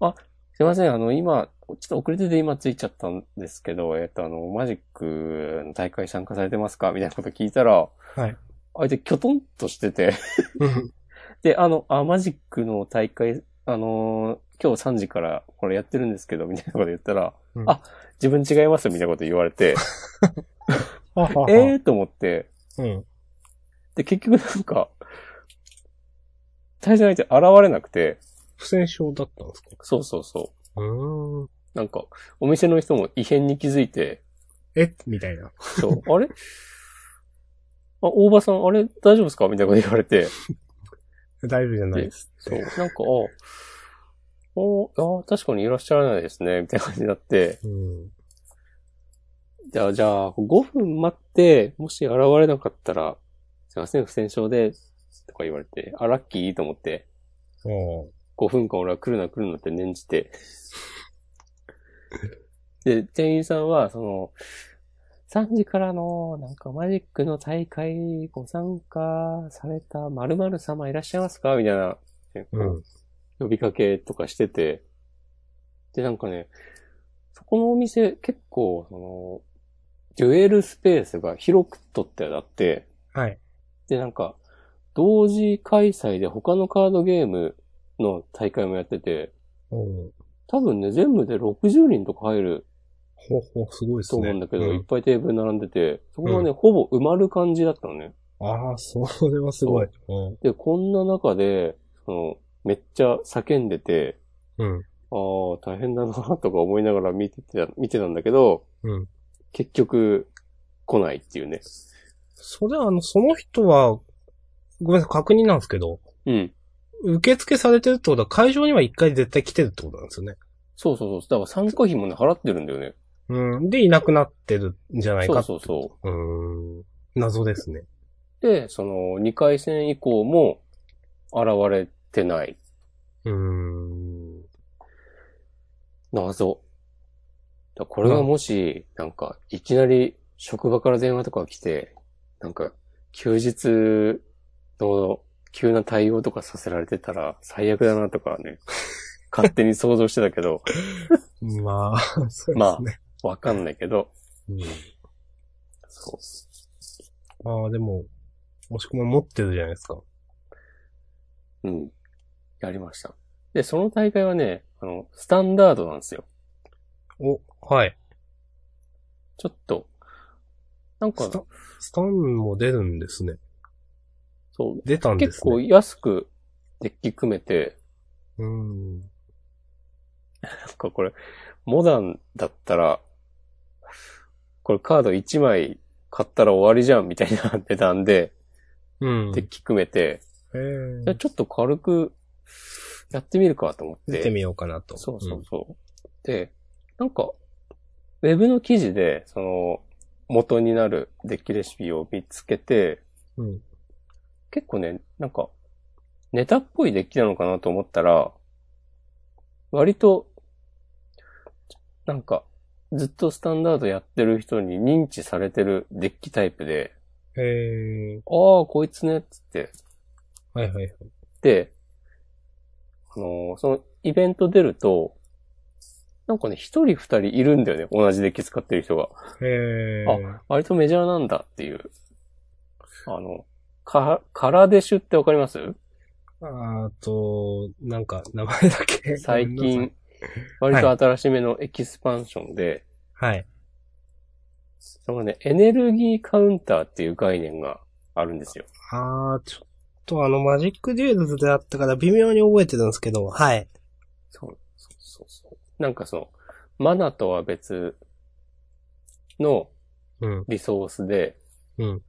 すいません、あの、今、ちょっと遅れてて今ついちゃったんですけど、えっと、あの、マジックの大会参加されてますかみたいなこと聞いたら、
はい。
相手キョトンとしてて、
うん
で、あの、あ、マジックの大会、あのー今日3時からこれやってるんですけど、みたいなこと言ったら、
うん
あ、自分違いますみたいなこと言われて、
ははは
えーと思って、
うん。
で、結局なんか、対戦相手現れなくて、
不戦勝だったんですか
そうそうそう
ーん。
う。なんか、お店の人も異変に気づいて、
えみたいな。
そう、あれあ、大場さん、あれ大丈夫ですかみたいなこと言われて、
大丈夫じゃないです。
そう、なんか、あ、おあ、確かにいらっしゃらないですね、みたいな感じになって、
うん。
じゃあ、じゃあ、5分待って、もし現れなかったら、すいません、不戦勝で、とか言われて、あ、ラッキーと思って、
そ
5分間俺は来るな来るなって念じて。で、店員さんは、その、3時からの、なんかマジックの大会ご参加された〇〇様いらっしゃいますかみたいな、
う。うん。
呼びかけとかしてて、で、なんかね、そこのお店結構、その、デュエルスペースが広くとってあって、
はい。
で、なんか、同時開催で他のカードゲームの大会もやってて、
おう
多分ね、全部で60人とか入る
ほうほう、すごいです
と
ね。
思うんだけど、
う
いっぱいテーブル並んでて、そこがね、ほぼ埋まる感じだったのね。
ああ、それはすごい。う
で、こんな中で、その、めっちゃ叫んでて、
ん。
ああ、大変だなとか思いながら見てた、見てたんだけど、
うん
結局、来ないっていうね。
それは、あの、その人は、ごめんなさい、確認なんですけど、
うん。
受付されてるってことは、会場には一回絶対来てるってことなんですよね。
そうそうそう。だから参加費もね、払ってるんだよね。
うん。で、いなくなってるんじゃない
そ
か
う
って
そうそう。
うーん。謎ですね。
で、その、2回戦以降も、現れてない。
うーん。
謎。だこれがもし、なんか、いきなり、職場から電話とか来て、なんか、休日の急な対応とかさせられてたら、最悪だなとか ね、勝手に想像してたけど、
まあ、 そうで
ます
ね。
わかんないけど、
うん
そう。
ああ、でも、もしくも持ってるじゃないですか。
うん。やりました。で、その大会はね、あの、スタンダードなんですよ。
お、はい。
ちょっと、なんか
ス、タスタンも出るんですね。
そう、
出たんですね。
結構安くデッキ組めて、
うーん。
なんかこれ、モダンだったら、これカード1枚買ったら終わりじゃんみたいな値段で
うん。
デッキ組めて、
え
いやちょっと軽くやってみるかと思って。
出てみようかなと。
そうそうそう。で、なんか、ウェブの記事で、その、元になるデッキレシピを見つけて、
うん。うん。
結構ね、なんか、ネタっぽいデッキなのかなと思ったら、割と、なんか、ずっとスタンダードやってる人に認知されてるデッキタイプで、
え
ああ、こいつね、っつって。
ー、はいはい。
で、あのーそのイベント出ると、なんかね、一人二人いるんだよね、同じデッキ使ってる人が。
えー、
割とメジャーなんだっていう。あの、か、カラデシュってわかります
ああと、なんか、名前だけ。
最
ごめんなさ
近
い。、
割と新しめのエキスパンションで、
はい。
そのね、エネルギーカウンターっていう概念があるんですよ。
ああ、ちょっとあの、マジックデュエルズであったから微妙に覚えてるんですけど、はい。
そう、そうそうそう。なんかその、マナとは別の
うん。
リソースで、
うん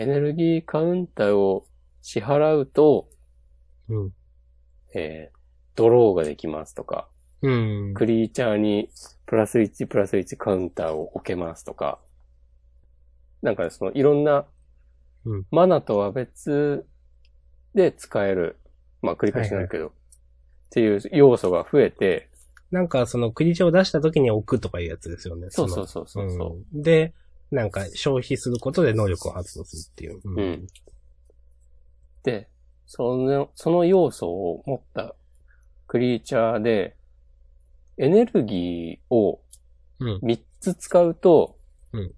エネルギーカウンターを支払うと、
うん。
えードローができますとか、
うん。
クリーチャーにプラス1プラス1カウンターを置けますとか、なんかねそのいろんな
うん、
マナとは別で使える、まあ繰り返しになるけど、っていう要素が増えて、
なんか、その、クリチャを出した時に置くとかいうやつですよね。
そうそう
そ
そうそうそう、
うんで、なんか消費することで能力を発動するっていう。う
う。ん。で、その、その要素を持ったクリーチャーで、エネルギーを
うん。
3つ使うと、
うん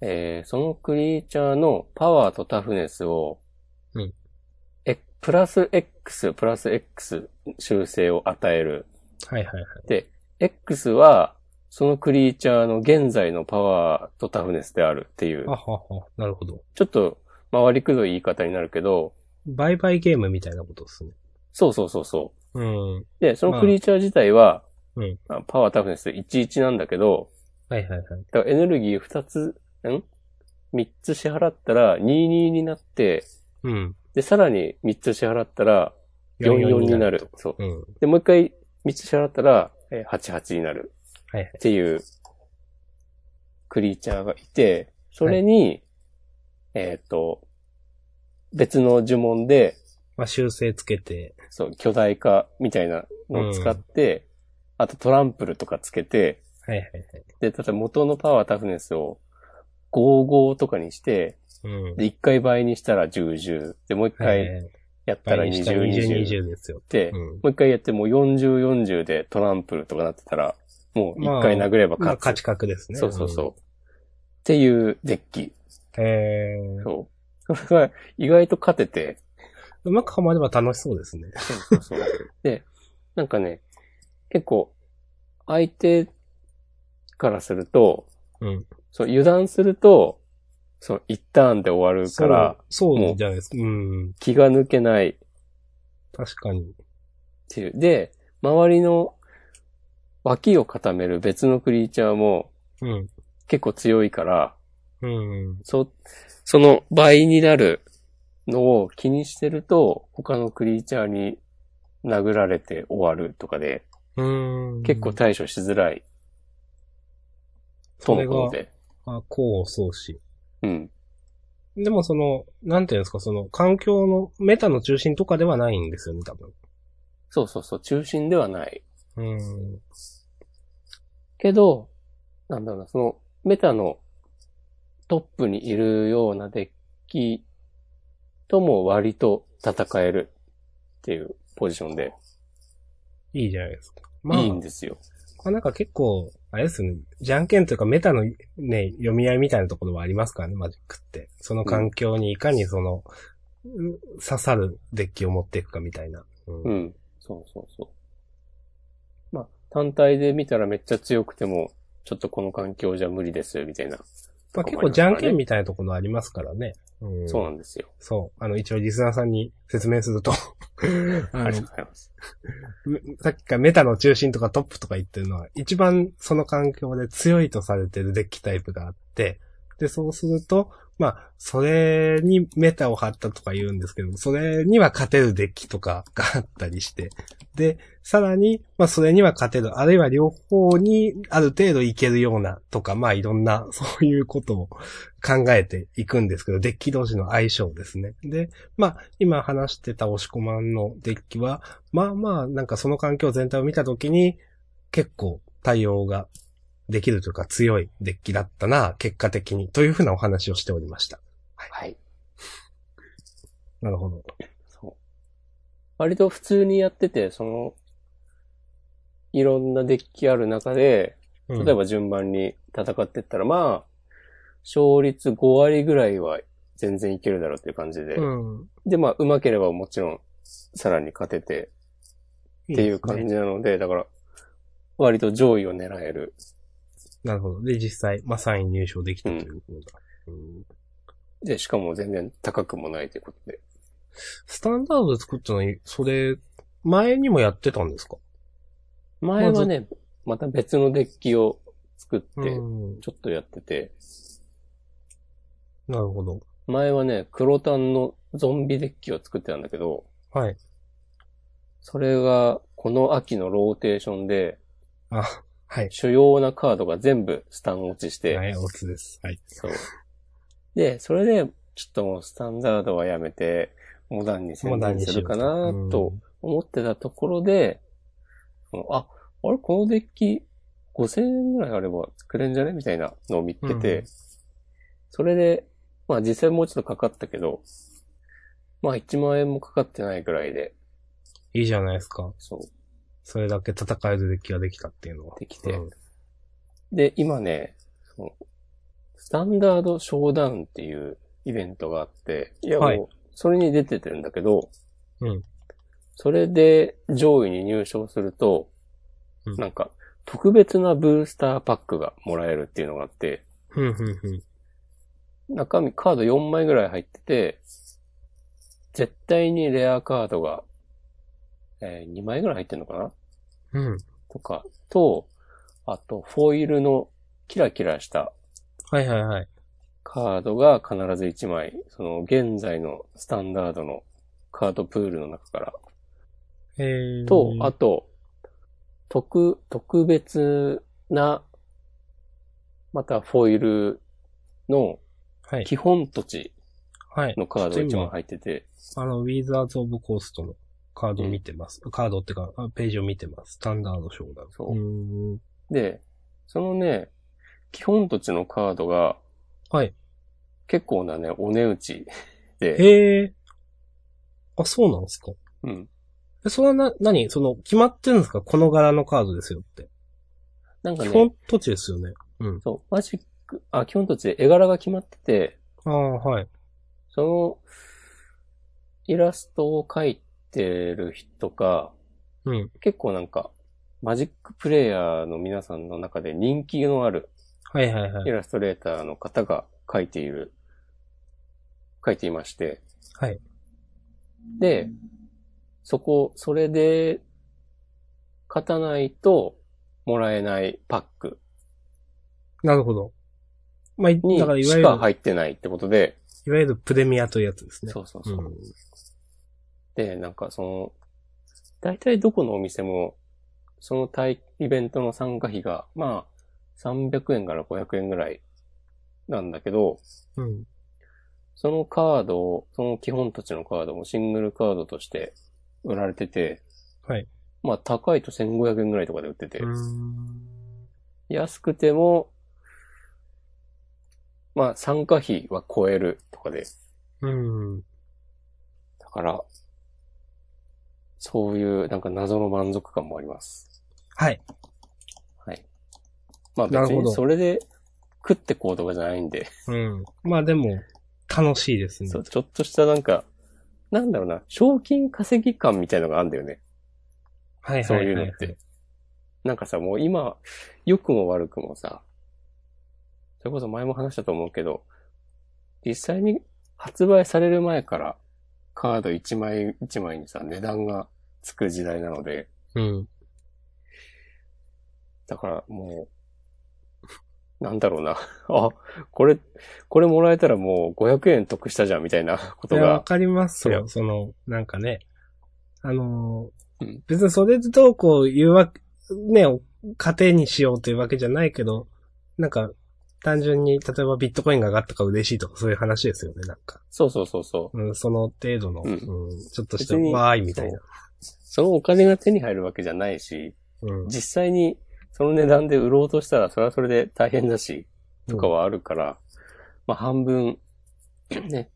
えーそのクリーチャーのパワーとタフネスを、
うん
え、プラス X、プラス X 修正を与える。
はいはいはい。
で、X は、そのクリーチャーの現在のパワーとタフネスであるっていう
あ、はは、なるほど。
ちょっと回りくどい言い方になるけど、
売買ゲームみたいなことですね。
そうそうそうそう。
うん。はい
で、そのクリーチャー自体は、
うん
あパワータフネス11なんだけど、
はいはい。
だからエネルギー2つ、ん ?3 つ支払ったら22になって、
うん。
で、さらに3つ支払ったら44になる。そう。
うん。は
で、もう一回3つ支払ったらえー88になる
いはい。
っていうクリーチャーがいて、それに、えっ、と、別の呪文で、
まあ、修正つけて、
そう、巨大化みたいなのを使って、あとトランプルとかつけて、
はいはい
で、ただ元のパワータフネスを55とかにして、
はい。うん。
で、1回倍にしたら10、10。で、もう1回
い。
やったら
倍にしたら
20、
20、
20。
20ですよ。
で、
う
も
ん。
う1回やってもう40、40でトランプルとかなってたら、もう1回殴れば
まあ、
勝つ。
価値格ですね。
そうそうそう。っていうデッキ。
うん。えー
そう。それが意外と勝てて、
うまくハマれば楽しそうですね。
そうそうそう。で、なんかね、結構、相手からすると、
うん
そう、油断すると、そう、一ターンで終わる
そ
か
う
ら、、
そうじゃないですか。うん。
気が抜けないっ
確かに。
ていう。で、周りの脇を固める別のクリーチャーも
うん。
結構強いから、
うん。
そ、その倍になるのを気にしてると、他のクリーチャーに殴られて終わるとかで、
うん。
結構対処しづらいと
そ
の
れ
こと
が、
で。
あ、こう、そうし。
うん。
でもその、なんていうんですか、その、環境の、メタの中心とかではないんですよね、多分。
そうそうそう、中心ではない。
うん。
けど、なんだろうな、その、メタのトップにいるようなデッキとも割と戦えるっていうポジションで、
いいじゃないですか。まあ、
いいんですよ。
まあなんか結構、あれですよね、じゃんけんというかメタのね、読み合いみたいなところはありますからね、マジックって。その環境にいかにその、うん刺さるデッキを持っていくかみたいな。うん
うん。そうそうそう。まあ、単体で見たらめっちゃ強くても、ちょっとこの環境じゃ無理です、みたいな。
まあ結構じゃんけんみたいなところありますからね。うん
そうなんですよ。
そう。あの、一応リスナーさんに説明するとあ
ありが
の
とう、ございます。
めさっきからメタの中心とかトップとか言ってるのは、一番その環境で強いとされてるデッキタイプがあって、で、そうすると、まあ、それにメタを張ったとか言うんですけど、それには勝てるデッキとかがあったりして、で、さらに、まあ、それには勝てる、あるいは両方にある程度いけるようなとか、まあ、いろんな、 そういうことを考えていくんですけど、デッキ同士の相性ですね。で、まあ、今話してた押し込まんのデッキは、まあまあ、なんかその環境全体を見たときに、結構対応ができるというか強いデッキだったな、結果的に、というふうなお話をしておりました。
はい。
なるほど。
そう。割と普通にやってて、その、いろんなデッキある中で、
うん
例えば順番に戦ってったら、まあ、勝率5割ぐらいは全然いけるだろうっていう感じで。
うん。っ
で、まあ、上手ければもちろん、さらに勝ててっていう感
ね。
じなので、だから、割と上位を狙える。
なるほど。で、実際、まあ3位入賞できたということだ。うん
で、しかも全然高くもないということで。
スタンダードで作ったのに、それ、前にもやってたんですか
前はね、また別のデッキを作って、
ん。
ちょっとやってて、
なるほど。
前はね、黒炭のゾンビデッキを作ってたんだけど、
はい。
それが、この秋のローテーションで、
あ、はい。
主要なカードが全部スタン落ちして、
はい、おつです。はい。
そう。で、それで、ちょっともうスタンダードはやめて、モダンに専任するかな
うん
と思ってたところで、あ、あれこのデッキ、 5000円ぐらいあれば作れんじゃねみたいなのを見てて、それで、まあ実際もうちょっとかかったけど、まあ1万円もかかってないぐらいで、
いいじゃないですか。
そ
それだけ戦えるデッキができたっていうのは
う、。できて。
うん
で、今ね、そのスタンダードショーダウンっていうイベントがあって、いやもう、
はい
それに出ててるんだけど、
うん
それで上位に入賞すると、
うん
なんか、特別なブースターパックがもらえるっていうのがあって、
ふんふんふん。
中身カード4枚ぐらい入ってて、絶対にレアカードが、え2枚ぐらい入ってんのかな
うん。
とか、と、あと、フォイルのキラキラした
はいはいはい。
カードが必ず1枚、その現在のスタンダードのカードプールの中から、
えー。
と、あと、特、特別な、またフォイルの
はい。
基本土地
はい。
のカードが1枚入ってて、
あの、ウィザーズ・オブ・コーストのカードを見てます。カードっていうか、あページを見てます。スタンダード商談。
そう
ーん。
で、そのね、基本土地のカードが、
はい。
結構なね、お値打ちで、
へえ。あ、そうなんですか
うん。
え、それはな、何その、決まってるんですかこの柄のカードですよって。
なんか
基
ね
本、土地ですよね。
そう、マジック、あ、基本土地で絵柄が決まってて、
ああ、はい。
その、イラストを描いてる人が、
うん。
結構なんか、マジックプレイヤーの皆さんの中で人気のある
はいはいは
イ
い。
ラストレーターの方が描いている、描いていまして。
はい。
で、そこ、それで、勝たないと、もらえないパック
なるほど。まあ、い
に
だからいわゆ
し
る、
か入ってないってことで、
いわゆるプレミアというやつですね。
そうそう
う
そう。
ん。
で、なんかその、大体どこのお店も、その対イベントの参加費が、まあ、300円から500円ぐらいなんだけど、
うん。
そのカードを、その基本土地のカードもシングルカードとして売られてて、
はい。
まあ高いと1500円ぐらいとかで売ってて、
うーん。
安くても、まあ参加費は超えるとかで、
うん。
だから、そういうなんか謎の満足感もあります。
はい。
まあ
なる
別
ほど
にそれで食ってこうとかじゃないんで、
うん。まあでも、楽しいですね。
そうちょっとしたなんか、なんだろうな、賞金稼ぎ感みたいのがあるんだよね。
はい
そ
は
うい
いうは
の
い
っ。て。なんかさ、もう今、良くも悪くもさ、それこそ前も話したと思うけど、実際に発売される前からカード1枚1枚にさ、値段がつく時代なので、
うん。
だからもう、なんだろうな。 あ、これ、これもらえたらもう500円得したじゃんみたいなこ
い
と
や、わ
が。
かります
い
よ。
や
その、なんかね。あのー
うん
別にそれでどうこう言うわけ、ね、糧にしようというわけじゃないけど、なんか、単純に、例えばビットコインが上がったから嬉しいとかそういう話ですよね、なんか。
そうそうそうそう。
うん、その程度の、
う
うんん、ちょっとした、
別に
わーいみたいな。
そのお金が手に入るわけじゃないし、
うん。
実際にその値段で売ろうとしたらそれはそれで大変だし、とかはあるから、まあ半分、 ね、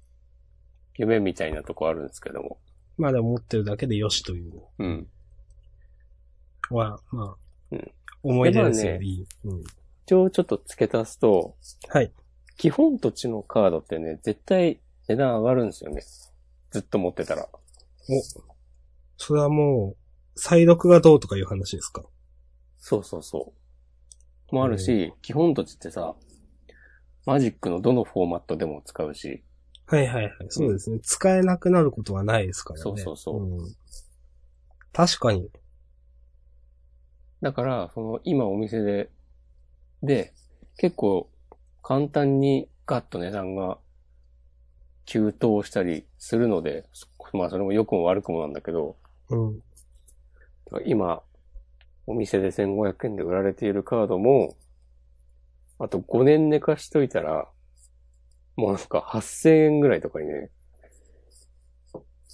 夢みたいなとこあるんですけども。
まあでも持ってるだけでよしという
うん。
のは、まあ、
うん
思い出です
でも
よ、
ね
いい。うん。
一応ちょっと付け足すと、
はい。
基本土地のカードってね、絶対値段上がるんですよね。ずっと持ってたら。
それはもう、再録がどうとかいう話ですか
そうそうそう。もあるし、基本土地ってさ、マジックのどのフォーマットでも使うし、
はいはいはい。そうですね。使えなくなることはないですからね。
そうそうそう
うん確かに。
だから、その今お店で、で、結構簡単にガッと値段が急騰したりするので、そまあそれも良くも悪くもなんだけど、
うん。
今お店で1500円で売られているカードも、あと5年寝かしといたら、もうなんか8000円ぐらいとかにね、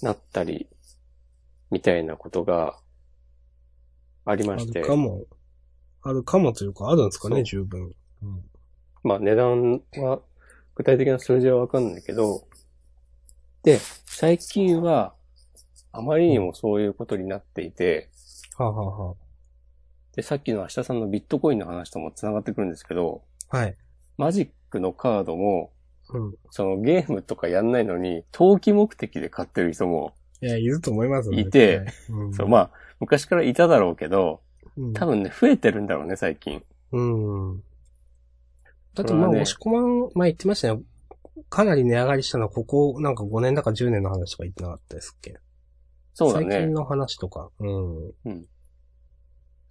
なったり、みたいなことがあり
あ
まして。
るかも。あるかもというか、あるんですか
そ
ね、
う
十分。うん。
まあ値段は、具体的な数字はわかんないけど、で、最近は、あまりにもそういうことになっていて、
はあ、はあは
で、さっきの明日さんのビットコインの話とも繋がってくるんですけど、
あ、はい。
マジックのカードも、
うん。
そのゲームとかやんないのに、投機目的で買ってる人も、
いや、いると思いますね
いて、
うん、
そう、まあ、昔からいただろうけど、
うん、
多分ね、増えてるんだろうね、最近。
うん。だってまあ、
それはね
押し込まん、まあ言ってましたね。かなり値上がりしたのは、ここ、なんか5年だか10年の話とか言ってなかったですっけ
そうだ
最
ね
近。の話とか。うん。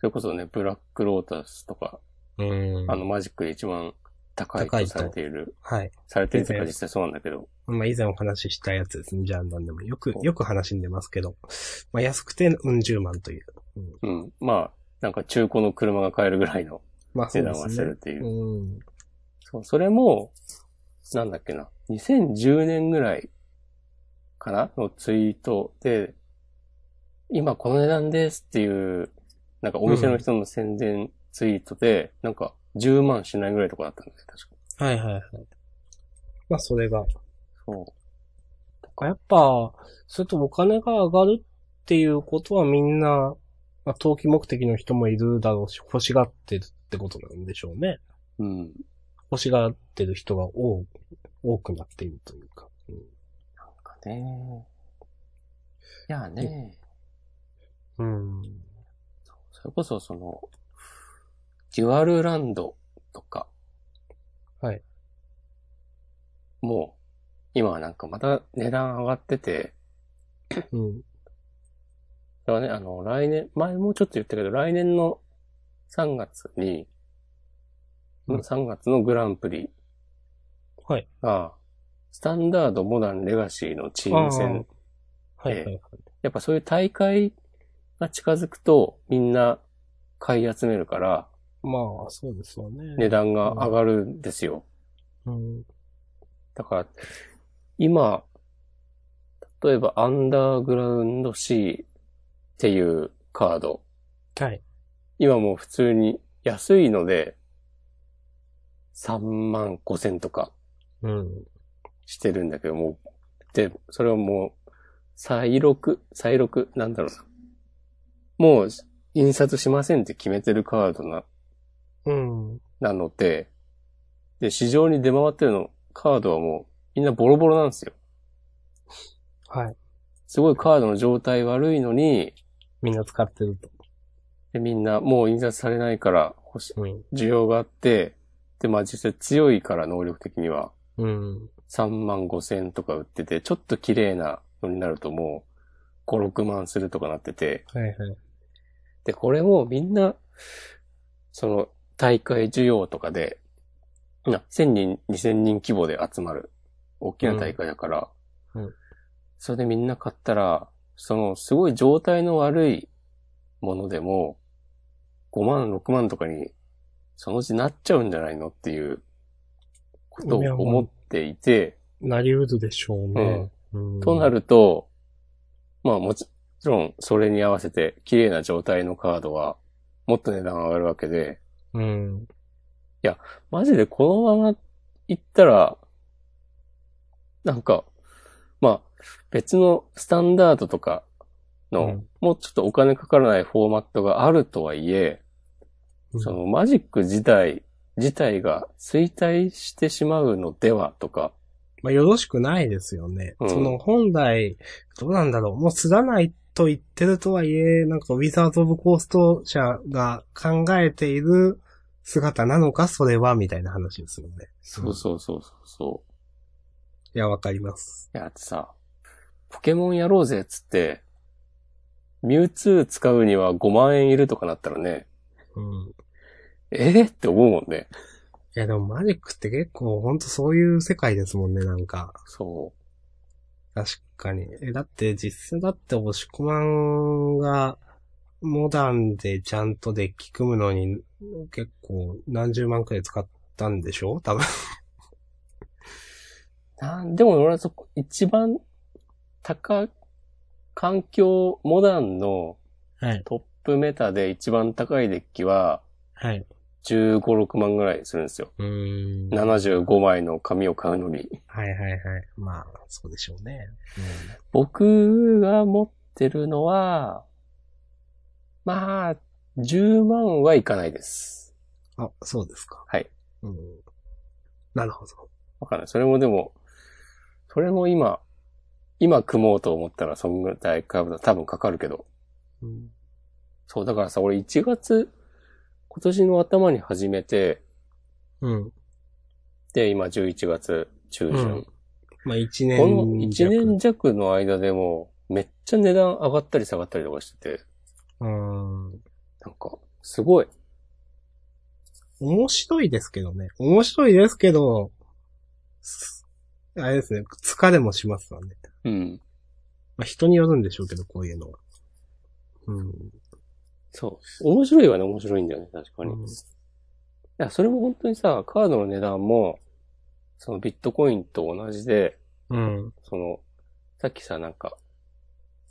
それこそね、ブラックロータスとか、
うん。
あの、マジックで一番高い
高い
と
と
されている、
はい。
されているとか実際そうなんだけど、
まあ以前お話ししたやつですね、ジャンダンでも。よく
そ、う
よく話に出ますけど。まあ安くて、うん、10万という。
うん。まあ、なんか中古の車が買えるぐらいの
まあそ
値
うで
段をして
すね
るっ。ていう。
うん。
そう、それも、なんだっけな、2010年ぐらいかなのツイートで、今この値段ですっていう、なんかお店の人の宣伝ツイートで、なんか10万しないぐらいとかだったんだよね、確か。
はいはいはい。まあそれが。
そう。
やっぱ、それとお金が上がるっていうことはみんな、まあ、投機目的の人もいるだろうし、欲しがってるってことなんでしょうね。
うん。
欲しがってる人が多多くなっているというか。うん
なんかね。いやね、
うん。
それこそその、デュアルランドとか。
はい。
もう、今はなんかまた値段上がってて、
うん。
だからね、あの、来年、前もちょっと言ったけど、来年の3月に、
うん
3月のグランプリ
はい。
が、スタンダード、モダン、レガシーのチーム戦。
はいはい
え
はい。
やっぱそういう大会が近づくと、みんな買い集めるから、
まあ、そうですよね。
値段が上がるんですよ。
うん。
だから、今、例えば、アンダーグラウンド C っていうカード。
はい。
今もう普通に安いので、3万5千とか
うん。
してるんだけども、で、それはもう、再録、再録、なんだろうな。もう、印刷しませんって決めてるカードな、
うん。
なので、で、市場に出回ってるの、カードはもう、みんなボロボロなんですよ。
はい。
すごいカードの状態悪いのに、
みんな使ってると。
でみんなもう印刷されないから欲し、
うん。
需要があって、で、まあ実際強いから能力的には、
うん。
3万5千とか売ってて、ちょっと綺麗なのになるともう、5、6万するとかなってて、
はいはい。
で、これもみんな、その、大会需要とかで、な、1000人、2000人規模で集まる、大きな大会だから、
うんうん
それでみんな買ったら、その、すごい状態の悪いものでも、5万、6万とかに、そのうちなっちゃうんじゃないのっていう、ことを
いやもう
思っていて、
なりうるでしょうね。うん
とな。ると、まあもちろんそれに合わせて綺麗な状態のカードはもっと値段上がるわけで、
うん。
マジでこのまま行ったら、なんか、まあ別のスタンダードとかの、
うん
もうちょっとお金かからないフォーマットがあるとはいえ、
うん
そのマジック自体、自体が衰退してしまうのではとか、
まあ、よろしくないですよね。
うん
その、本来、どうなんだろう。もう、すらないと言ってるとはいえ、なんか、ウィザーズ・オブ・コースト社が考えている姿なのか、それは、みたいな話ですよね。
そうそうそうそうそう。
いや、わかります。
いや、だってさ、ポケモンやろうぜっつって、ミュウツー使うには5万円いるとかなったらね、
うん。
えー、って思うもんね。
いや、でも、マジックって結構、ほんとそういう世界ですもんね、なんか。
そ
確かに。え、だって実際だって押し込まんが、モダンでちゃんとデッキ組むのに、結構何十万くらい使ったんでしょ多分。
う。なんでも俺はそこ、一番高、環境モダンの
はい。
トップメタで一番高いデッキは、
はい。
15、6万ぐらいするんですよ。
うーん。はい
75枚の紙を買うのに。
はいはい。まあ、そうでしょうね。
僕が持ってるのは、まあ、10万はいかないです。
うん、あ、そうですか。
はい。
うん。なるほど。
わかんない。それもでも、それも今、今組もうと思ったらそんぐらいか多分かかるけど。
うん。
そう、だからさ、俺1月、今年の頭に始めて、
うん。
で、今11月中旬。
まあ、一年
この1
弱
年弱の間でも、めっちゃ値段上がったり下がったりとかしてて、
うん。
なんか、すごい。
面白いですけどね。面白いですけど、すあれですね、疲れもしますわね。
うん。
まあ、人によるんでしょうけど、こういうのは。うん。
そう。面白いはね、面白いんだよね、確かに。
うん
いや、それも本当にさ、カードの値段も、そのビットコインと同じで、
うん。
その、さっきさ、なんか、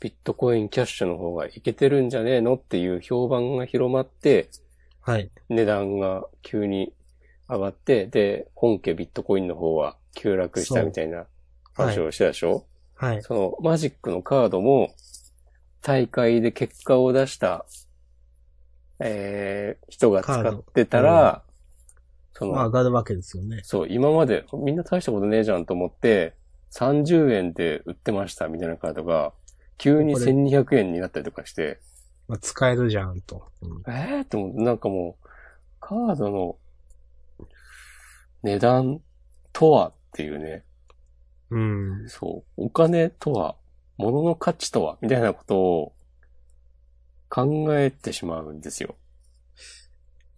ビットコインキャッシュの方がいけてるんじゃねえのっていう評判が広まって、
はい。
値段が急に上がって、で、本家ビットコインの方は急落したみたいな
はい
話。をしたでしょ、
はい。
そのマジックのカードも、大会で結果を出した、えー、人が使ってたら、その、
まあ、上がるわけですよね。
そう、今までみんな大したことねえじゃんと思って、30円で売ってましたみたいなカードが、急に
これ
1200円になったりとかして、
まあ、使えるじゃん、と。うん
えーって思って、なんかもう、カードの値段とはっていうね、
うん。
そう、お金とは、物の価値とは、みたいなことを考えてしまうんですよ。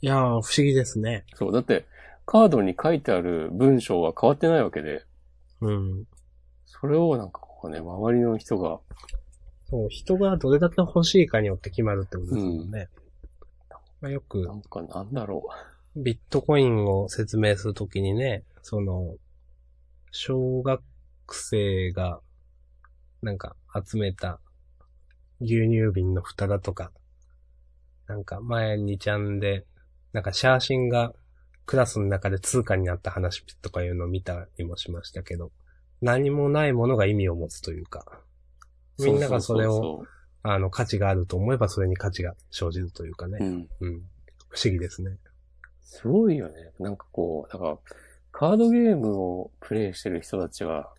いやー、不思議ですね。
そう、だって、カードに書いてある文章は変わってないわけで、
うん。
それをなんかこうね、周りの人が、
そう、人がどれだけ欲しいかによって決まるってことですもんね。まあ、よく
な、んかなんだろ
ビットコインを説明するときにね、その、小学生が、なんか集めた牛乳瓶の蓋だとか、なんか前にちゃんで、なんか写真がクラスの中で通貨になった話とかいうのを見たりもしましたけど、何もないものが意味を持つというか、
う。
みんながそれを
うう
あの価値があると思えばそれに価値が生じるというか
そう
ね、
うん。
うん、不思議ですね。
すごいよね。なんかこう、だから、カードゲームをプレイしてる人たちは、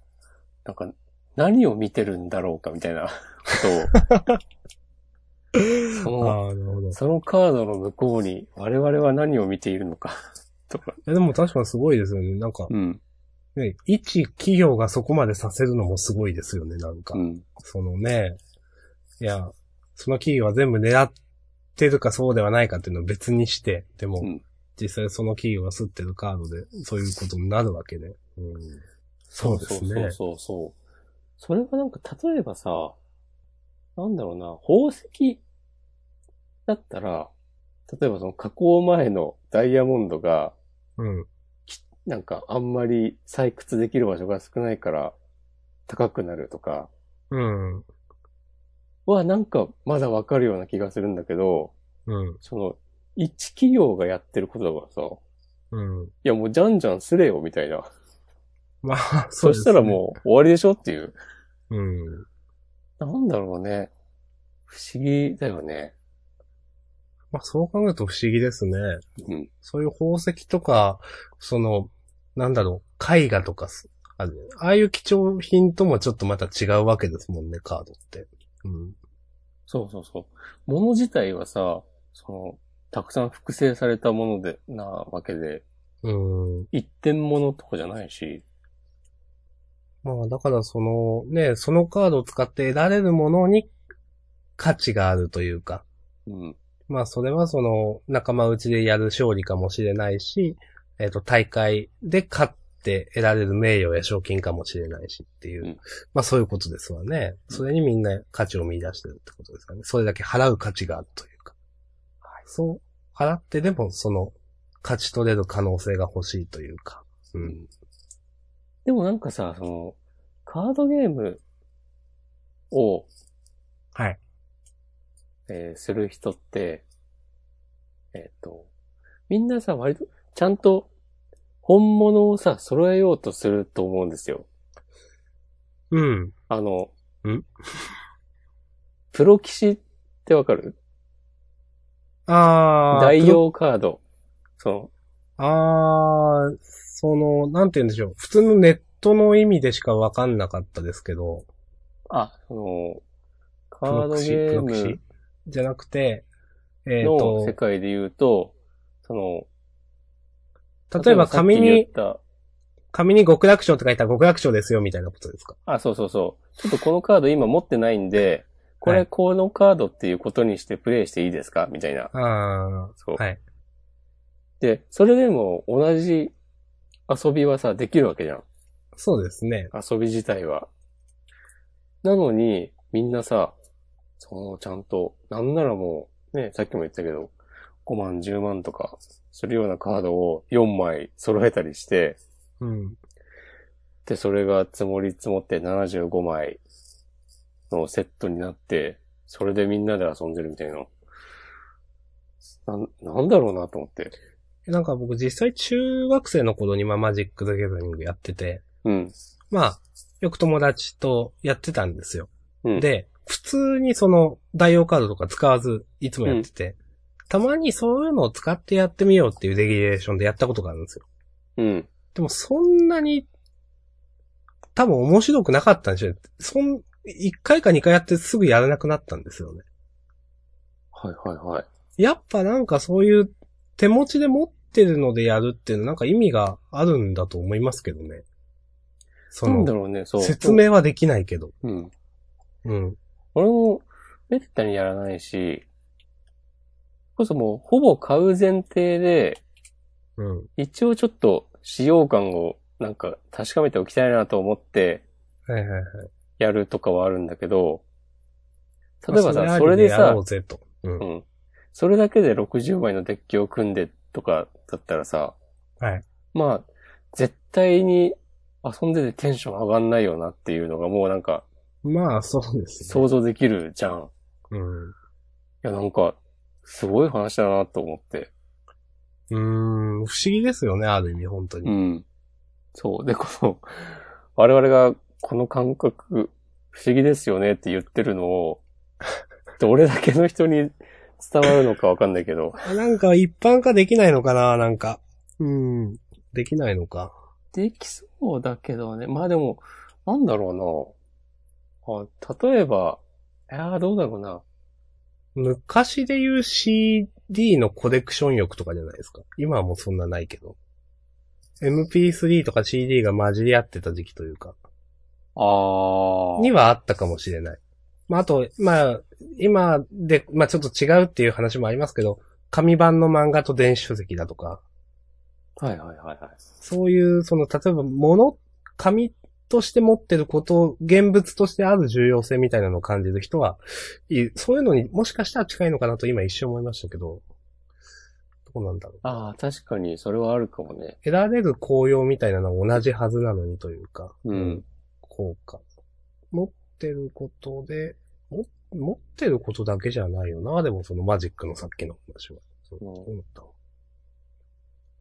なんか、何を見てるんだろうかみたいなことを、 その、
ああ、なるほど。
そのカードの向こうに我々は何を見ているのかとか。
いやでも確かにすごいですよね。なんか、
うん。
ね、一企業がそこまでさせるのもすごいですよね、なんか。
うん。
そのね、いや、その企業は全部狙ってるかそうではないかっていうのは別にして、でも、
うん
実際その企業が吸ってるカードで、そういうことになるわけで。うん、そうですね。
そうそうそう。それがなんか、例えばさ、なんだろうな、宝石だったら、例えばその加工前のダイヤモンドが、
うん。
なんかあんまり採掘できる場所が少ないから高くなるとか、
うん。
はなんかまだわかるような気がするんだけど、
うん。
その、一企業がやってることだからさ、
うん。
いやもうじゃんじゃんすれよみたい な。
まあ、
そしたら
う
もう終わりでしょっていう。
ですね。うん。
なんだろうね。不思議だよね。
まあ、そう考えると不思議ですね。
うん。
そういう宝石とか、その、なんだろう、絵画とかすあるねああいう貴重品ともちょっとまた違うわけですもんね、カードって。うん。
そうそうそう。物自体はさ、その、たくさん複製されたもので、なわけで、
うん。
一点物とかじゃないし、
まあ、だからその、ね、そのカードを使って得られるものに価値があるというか。
うん。
まあ、それはその、仲間内でやる勝利かもしれないし、えっ、と、大会で勝って得られる名誉や賞金かもしれないしっていう。
うん
まあ、そういうことですわね。それにみんな価値を見出してるってことですかね。それだけ払う価値があるというか。そう、払ってでも、その、勝ち取れる可能性が欲しいというか。うん。
でもなんかさ、その、カードゲームを、
はい。
えーする人って、えっ、と、みんなさ、割と、ちゃんと、本物をさ、揃えようとすると思うんですよ。
うん。
あの、
ん
プロ騎士ってわかる
あー。
代用カード。その、
あー、その、なんて言うんでしょう。普通のネットの意味でしかわかんなかったですけど、
あ、その、
プ
カー
ロ
ド
クシ、
ゲ
プ
ー
ロクシ
ム
じゃなくて、えっ、
の世
と、
界で言うと、その、
例えば
さっき
紙
言っ
に、
た
紙に極楽章って書いたら極楽章ですよみたいなことですか
あ、そうそうそう。ちょっとこのカード今持ってない んで、こ
は
れ
い
このカードっていうことにしてプレイしていいですかみたいな。
あ
そう。
はい
で、それでも同じ遊びはさ、できるわけじゃん。
ー、そうですね。
遊び自体は。なのに、みんなさ、その、ちゃんと、なんならもう、ね、さっきも言ったけど、5万、10万とか、するようなカードを4枚揃えたりして、
うん。
で、それが積もり積もって75枚のセットになって、それでみんなで遊んでるみたいな。なん、なんだろうなと思って。
なんか僕実際中学生の頃にまあマジック・ザ・ゲザリングやってて、
うん。
まあ、よく友達とやってたんですよ。
うん。、
で、普通にその代用カードとか使わず、いつもやってて、たまにそういうのを使ってやってみようっていうデギレーションでやったことがあるんですよ。
うん。
でもそんなに、多分面白くなかったんでしょうね。そん、一回か二回やってすぐやらなくなったんですよね。
はいはいはい。
やっぱなんかそういう手持ちで持ってるのでやるっていうのはなんか意味があるんだと思いますけどね。そ
なん
の
だ、ろうね、そう。
説。明はできないけど。
うん。
うん。
俺も、めったにやらないし、こそもう、ほぼ買う前提で、
うん。
一応ちょっと、使用感を、なんか、確かめておきたいなと思って、
はいはいはい。
やるとかはあるんだけど、例えば
あ
さ、
あ
そ
り
れで
や
さ
ろう、ぜと。うん
う。ん。それだけで60枚のデッキを組んでとかだったらさ、
はい。
まあ、絶対に遊んでてテンション上がんないよなっていうのがもうなんか、
まあ、そうですね。
想像できるじゃん。
うん。
いや、なんか、すごい話だなと思って。
うーん、不思議ですよね、ある意味、本当に。
ん。そう。で、この、我々がこの感覚、不思議ですよねって言ってる のを、どれだけの人に伝わるのかわかんないけど、
なんか、一般化できないのかな、なんか。うん。できないのか。
できそうだけどね。まあでも、なんだろうな。あ例えば、いやーどうだろうな。
昔で言う CD のコレクション欲とかじゃないですか。今はもうそんなないけど。MP3 とか CD が混じり合ってた時期というか、
あ
にはあったかもしれない。まあ、あと、まあ、今で、まあちょっと違うっていう話もありますけど、紙版の漫画と電子書籍だとか、
はいはいはいはい。
そういう、その、例えば物、紙として持ってることを、現物としてある重要性みたいなのを感じる人は、いそういうのにもしかしたら近いのかなと今一瞬思いましたけど、どうなんだろう。
ああ、確かにそれはあるかもね。
得られる効用みたいなのは同じはずなのにというか、
うん。
効果。持ってることで、も持ってることだけじゃないよな、でもそのマジックのさっきの話は。そう
うん
そうだったわ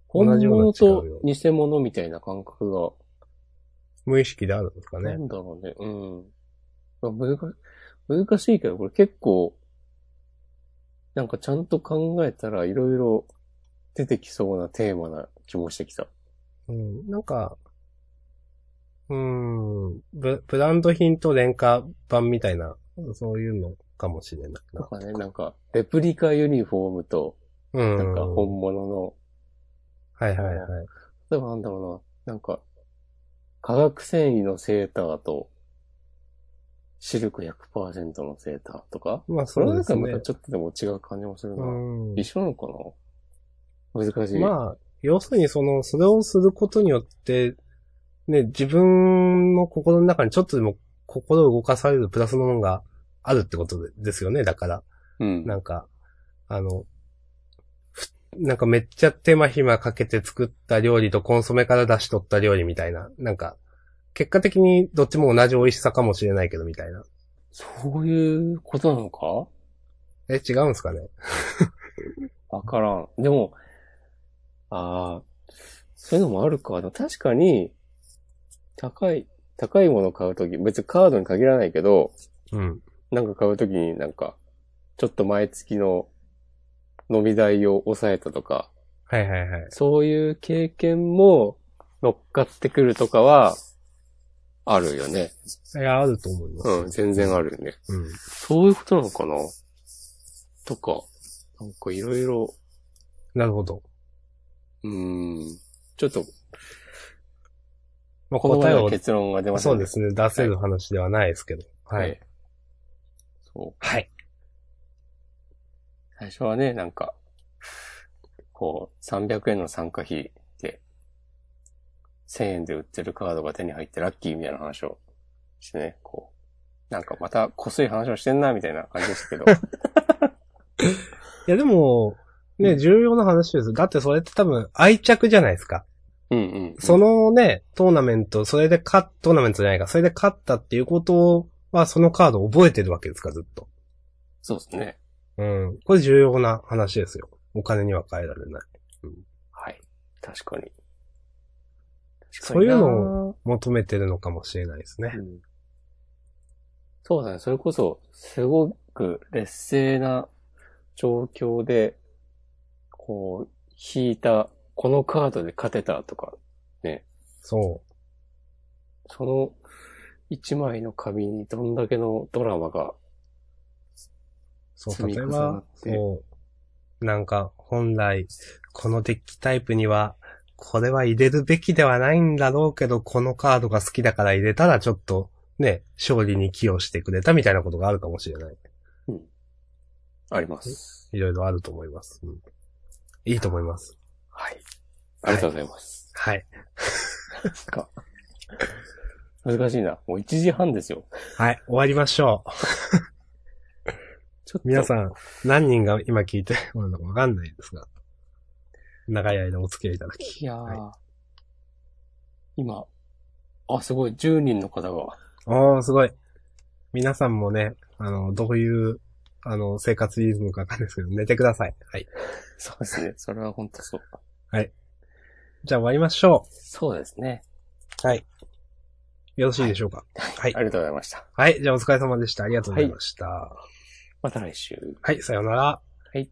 本
同じような
物
違うよ
と偽物みたいな感覚が
無意識であるんですか
な
ね。
んだろうね。うん。まあ難し難しいけど、これ結構、なんかちゃんと考えたらいろいろ出てきそうなテーマな気もしてきた。
うん、なんか、うーんブ、ブランド品と廉価版みたいな、そういうのかもしれない
なん
な。
かね、なんか、レプリカユニフォームと、
うん。
なんか本物の、
はいはいはい。
例えばなんだろうな、なんか、化学繊維のセーターと、シルク100%のセーターとか、
まあ
それ
そう
はな
で
ん
す
かま
ね
た。ちょっとでも違う感じもするな。
うん
一緒なのかな難しい。あ、
まあ、要するにその、それをすることによって、ね、自分の心の中にちょっとでも心を動かされるプラスのものがあるってことでですよね、だから。
うん。
なんか、あの、ふなんかめっちゃ手間暇かけて作った料理とコンソメから出し取った料理みたいな。なんか、結果的にどっちも同じ美味しさかもしれないけどみたいな。
そういうことなのか
え、違うんすかね
わからん。でも、ああ、そういうのもあるか。でも確かに、高い、高いもの買うとき、別にカードに限らないけど、
うん。
なんか買うときになんか、ちょっと毎月の飲み代を抑えたとか、
はいはいはい。
そういう経験も乗っかってくるとかは、あるよね。
いや、あると思います。
うん、全然あるよね。
うん。
そういうことなのかなとか、なんかいろいろ、
なるほど。
うーん、ちょっと、
まあ、
この前
答え
の
を、
結論が出ません
そうで。すね、出せる話ではないですけど。は
はいい。。そう。
はい。
最初はね、なんか、こう、300円の参加費で、1000円で売ってるカードが手に入ってラッキーみたいな話をしてね、こう、なんかまたこすい話をしてんな、みたいな感じで すけど。
いや、でも、
う
ね、
ん
重要な話です。だってそれって多分愛着じゃないですか。
うんうん。
そのね、トーナメント、それで勝っ、トーナメントじゃないか、それで勝ったっていうことは、そのカードを覚えてるわけですから、ずっと。
そうですね。
うん。これ重要な話ですよ。お金には変えられない。
はい。確かに。
そういうのを
確かにな
求めてるのかもしれないですね。
そうだね。それこそ、すごく劣勢な状況で、こう、引いた、このカードで勝てたとか、
そ
その一枚の紙にどんだけのドラマが、
う。そう、
積み
例え
重な
ば
っ、て
そう。なんか、本来、このデッキタイプには、これは入れるべきではないんだろうけど、このカードが好きだから入れたら、ちょっと、ね、勝利に寄与してくれたみたいなことがあるかもしれない。
あります。
いろいろあると思います。うん、いいと思います。
はい。ありがとうございます。
はい。
か 難しいな。もう1時半ですよ。
はい、終わりましょう。
ちょっと
皆さん、何人が今聞いて おるのかわかんないですが、長い間お付き合いいただき、
いやー、
は
今、あ、すごい、10人の方が。
おー、すごい。皆さんもね、あの、どういう、あの、生活リズムかわかんないですけど、寝てください。はい。
そうですね。それは本当そう。
じゃあ終わりましょ
そうですね。
う。はい。よろしいでしょうか。はい
あ。りがとうございました。
はい。じゃあお疲れ様でした。ありがとうございました。は
また来週。
い、さようなら。
はい。